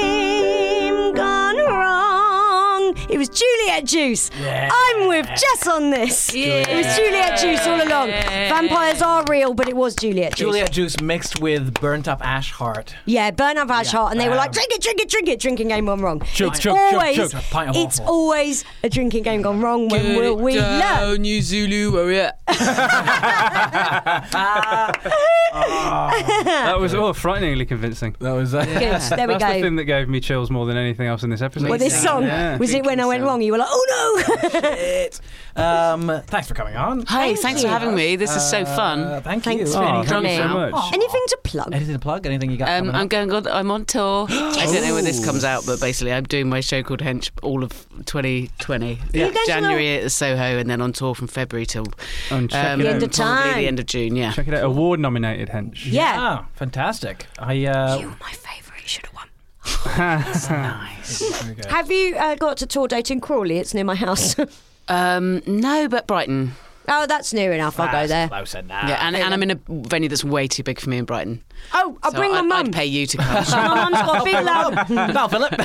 Speaker 3: gone wrong. It was Juliet Juice. I'm with Jess on this. It was Juliet Juice all along. Vampires are real, but it was Juliet Juice.
Speaker 6: Juliet juice mixed with burnt up ash heart.
Speaker 3: Yeah, burn up our heart, and they were like,
Speaker 6: Um,
Speaker 3: drink it, drink it, drink it, drinking game gone wrong.
Speaker 6: Chug,
Speaker 3: it's
Speaker 6: chug, chug,
Speaker 3: always,
Speaker 6: chug. A pint of
Speaker 3: it's
Speaker 6: waffle.
Speaker 3: always a drinking game gone wrong when will we learn?
Speaker 4: New Zulu warrior.
Speaker 2: That was all frighteningly convincing.
Speaker 6: That was uh,
Speaker 3: Good. There we
Speaker 2: That's the
Speaker 3: go.
Speaker 2: thing that gave me chills more than anything else in this episode.
Speaker 3: Well, this song
Speaker 2: Yeah.
Speaker 3: was it when I went
Speaker 4: Drinking
Speaker 3: wrong. You were like, oh no.
Speaker 6: it. Um, thanks for coming on.
Speaker 4: Hey, thanks for having me. This is so
Speaker 6: Uh,
Speaker 4: fun.
Speaker 6: thank
Speaker 3: Thanks
Speaker 6: you.
Speaker 3: for
Speaker 2: Oh,
Speaker 3: Thank
Speaker 2: thank you
Speaker 4: you.
Speaker 2: so much.
Speaker 3: Anything to plug?
Speaker 6: Anything to plug? Anything you got?
Speaker 4: Um,
Speaker 6: coming
Speaker 4: I'm
Speaker 6: up?
Speaker 4: going on. I'm on tour. I don't know when this comes out, but basically, I'm doing my show called Hench all of 2020.
Speaker 3: going to
Speaker 4: January at Soho, and then on tour from February till
Speaker 2: And check
Speaker 4: um,
Speaker 2: it
Speaker 3: Oh. The end
Speaker 2: out.
Speaker 3: of
Speaker 4: probably
Speaker 3: time.
Speaker 4: the end of June. Yeah.
Speaker 2: Check it out. Award nominated hench.
Speaker 3: Yeah.
Speaker 6: Ah, fantastic. I uh,
Speaker 3: You're my favourite. You should have won.
Speaker 6: very good.
Speaker 3: Have you uh, got to tour date in Crawley? It's near my house.
Speaker 4: Um, no, but Brighton.
Speaker 3: *laughs* oh, that's near enough. I'll go there.
Speaker 6: Close enough. *laughs*
Speaker 4: yeah, and, and I'm in a venue that's way too big for me in Brighton.
Speaker 3: Oh, I'll
Speaker 4: So
Speaker 3: bring
Speaker 4: I,
Speaker 3: my mum. *laughs*
Speaker 4: I'd pay you to come.
Speaker 3: my mum's got a big lab.
Speaker 6: Val Phillip.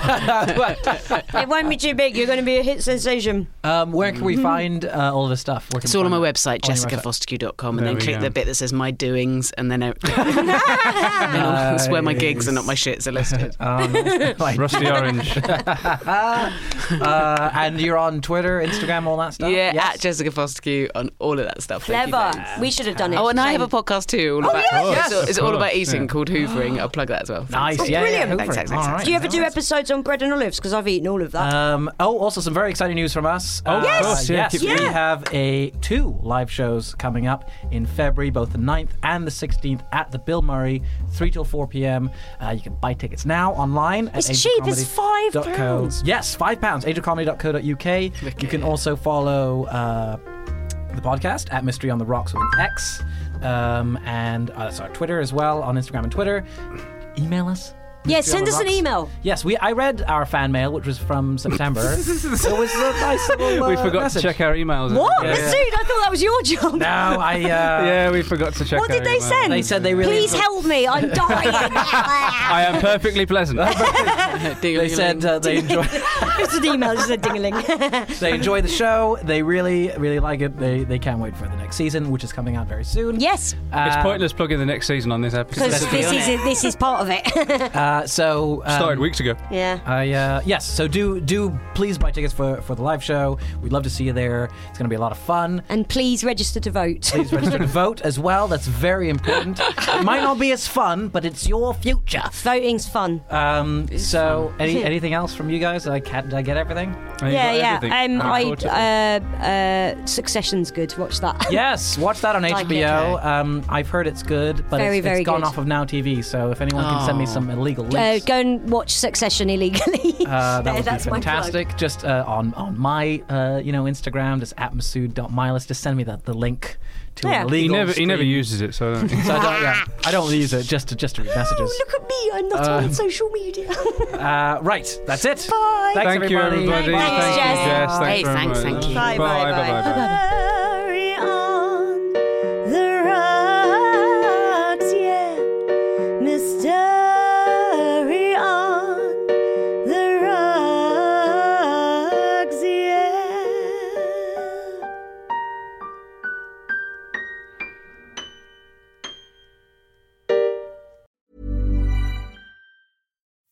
Speaker 3: It won't be too big. You're going to be a hit sensation.
Speaker 6: *laughs* um, where can we find uh, all this stuff? Where can
Speaker 4: Mm-hmm. It's
Speaker 6: we
Speaker 4: all on my
Speaker 6: find it?
Speaker 4: website,
Speaker 6: On your website.
Speaker 4: jessicafostercue.com, and
Speaker 2: There
Speaker 4: then
Speaker 2: we
Speaker 4: click
Speaker 2: go.
Speaker 4: the bit that says my doings, and then it- *laughs* and that's where my gigs and not my shits are listed.
Speaker 6: Oh, nice.
Speaker 3: *laughs*
Speaker 6: Like,
Speaker 2: Rusty orange.
Speaker 6: uh, and you're on Twitter, Instagram, all that stuff.
Speaker 4: yeah,
Speaker 6: Yes?
Speaker 4: at Jessica Fostercue on all of that stuff. Thank you
Speaker 3: Clever.
Speaker 4: very much.
Speaker 3: We should have done it.
Speaker 4: Oh, and I
Speaker 3: Shame.
Speaker 4: have a podcast too. All about,
Speaker 2: yes.
Speaker 4: it's, all,
Speaker 2: Yes,
Speaker 4: it's
Speaker 2: of
Speaker 4: all about
Speaker 2: course,
Speaker 4: eating
Speaker 2: yeah.
Speaker 4: called Hoovering. I'll plug that as well.
Speaker 6: Nice.
Speaker 4: Thanks.
Speaker 6: yeah,
Speaker 3: brilliant.
Speaker 6: Yeah,
Speaker 4: Thanks, thanks,
Speaker 6: All
Speaker 4: thanks. *laughs*
Speaker 6: right.
Speaker 3: Do you ever do
Speaker 6: Nice.
Speaker 3: episodes on bread and olives? Because I've eaten all of that.
Speaker 6: Um, oh, also some very exciting news from us.
Speaker 1: Uh,
Speaker 2: Oh, of Yes. course, yeah,
Speaker 6: yes,
Speaker 2: keep-
Speaker 6: we
Speaker 2: Yeah.
Speaker 6: have a two live shows coming up in February, both the 9th and the 16th at the Bill Murray, 3 till 4 p.m. Uh, you can buy tickets now online. at
Speaker 3: It's cheap, it's
Speaker 6: angelcomedy.co.
Speaker 3: five pounds.
Speaker 6: Yes, five pounds. Angelcomedy.co.uk. You can also follow. Uh, the podcast at Mystery on the Rocks with an X, um, and uh, that's our Twitter as well on Instagram and Twitter. Email us.
Speaker 3: Yeah,
Speaker 6: mystery on
Speaker 3: send
Speaker 6: the
Speaker 3: us an
Speaker 6: rocks.
Speaker 3: email.
Speaker 6: Yes, we. I read our fan mail, which was
Speaker 3: *laughs*
Speaker 6: from September. it was a nice little. Uh,
Speaker 2: we forgot
Speaker 6: message.
Speaker 2: to check our emails.
Speaker 3: what?
Speaker 2: Yeah,
Speaker 3: Masood, I thought that was your *laughs* job.
Speaker 6: No, I. Uh, *laughs*
Speaker 2: yeah we forgot to check
Speaker 3: What
Speaker 2: our
Speaker 3: did they
Speaker 2: emails.
Speaker 3: send?
Speaker 6: They said they really.
Speaker 3: Please help me. I'm
Speaker 2: *laughs*
Speaker 3: dying.
Speaker 2: I am perfectly
Speaker 6: *laughs*
Speaker 2: pleasant.
Speaker 6: Uh, They said uh, they enjoy.
Speaker 3: it's an email. It's a dingling.
Speaker 6: they enjoy the show. They really, really like it. They they can't wait for the next season, which is coming out very soon.
Speaker 3: *laughs* yes,
Speaker 2: it's pointless plugging the next season on this episode.
Speaker 3: because this is this is part of it.
Speaker 6: Uh, so. um,
Speaker 2: started weeks ago.
Speaker 3: yeah.
Speaker 6: I uh, yes, so do do please buy tickets for for the live show. We'd love to see you there. It's going to be a lot of fun.
Speaker 3: *laughs* And please register to vote.
Speaker 6: Please register to vote as well. That's very important. it might not be as fun, but it's your future.
Speaker 3: Voting's fun.
Speaker 1: Oh,
Speaker 6: Um, so any anything else from you guys? Did I, ca- did I get everything?
Speaker 2: And you've got
Speaker 3: yeah,
Speaker 2: everything.
Speaker 3: yeah. Um,
Speaker 2: Look forward to it.
Speaker 3: I uh, uh, Succession's good. Watch that.
Speaker 6: Yes, watch that on
Speaker 3: Like it.
Speaker 6: HBO. Um, I've heard it's good, but
Speaker 3: Very,
Speaker 6: it's,
Speaker 3: very
Speaker 6: it's gone
Speaker 3: good.
Speaker 6: off of Now TV. So if anyone can send me some
Speaker 3: *laughs*
Speaker 6: illegal
Speaker 3: Uh,
Speaker 6: links,
Speaker 3: go and watch Succession illegally. *laughs*
Speaker 6: uh, that
Speaker 3: There,
Speaker 6: would
Speaker 3: that's
Speaker 6: be
Speaker 3: my plug.
Speaker 6: fantastic. Just uh, on on my uh, you know Instagram, just at masood.milas. Just send me the, the link to
Speaker 3: Yeah.
Speaker 6: an
Speaker 2: He
Speaker 6: illegal.
Speaker 2: never, he
Speaker 6: stream.
Speaker 2: never uses it, so I
Speaker 6: *laughs*
Speaker 2: don't
Speaker 6: So I don't, yeah, I don't use it just to just to read messages.
Speaker 3: Oh, Look at me. I'm not on social media. *laughs*
Speaker 6: Uh, right, that's it.
Speaker 3: Oh, Bye.
Speaker 6: Thanks
Speaker 2: Thank you, everybody.
Speaker 3: Thanks,
Speaker 2: Thank you,
Speaker 3: Jess.
Speaker 2: Jess. Thanks
Speaker 4: Hey,
Speaker 2: very
Speaker 4: thanks,
Speaker 2: much.
Speaker 4: thank you.
Speaker 3: Bye, bye, bye.
Speaker 2: bye, bye.
Speaker 3: Hurry on the rocks, yeah. Mystery on the rocks, yeah.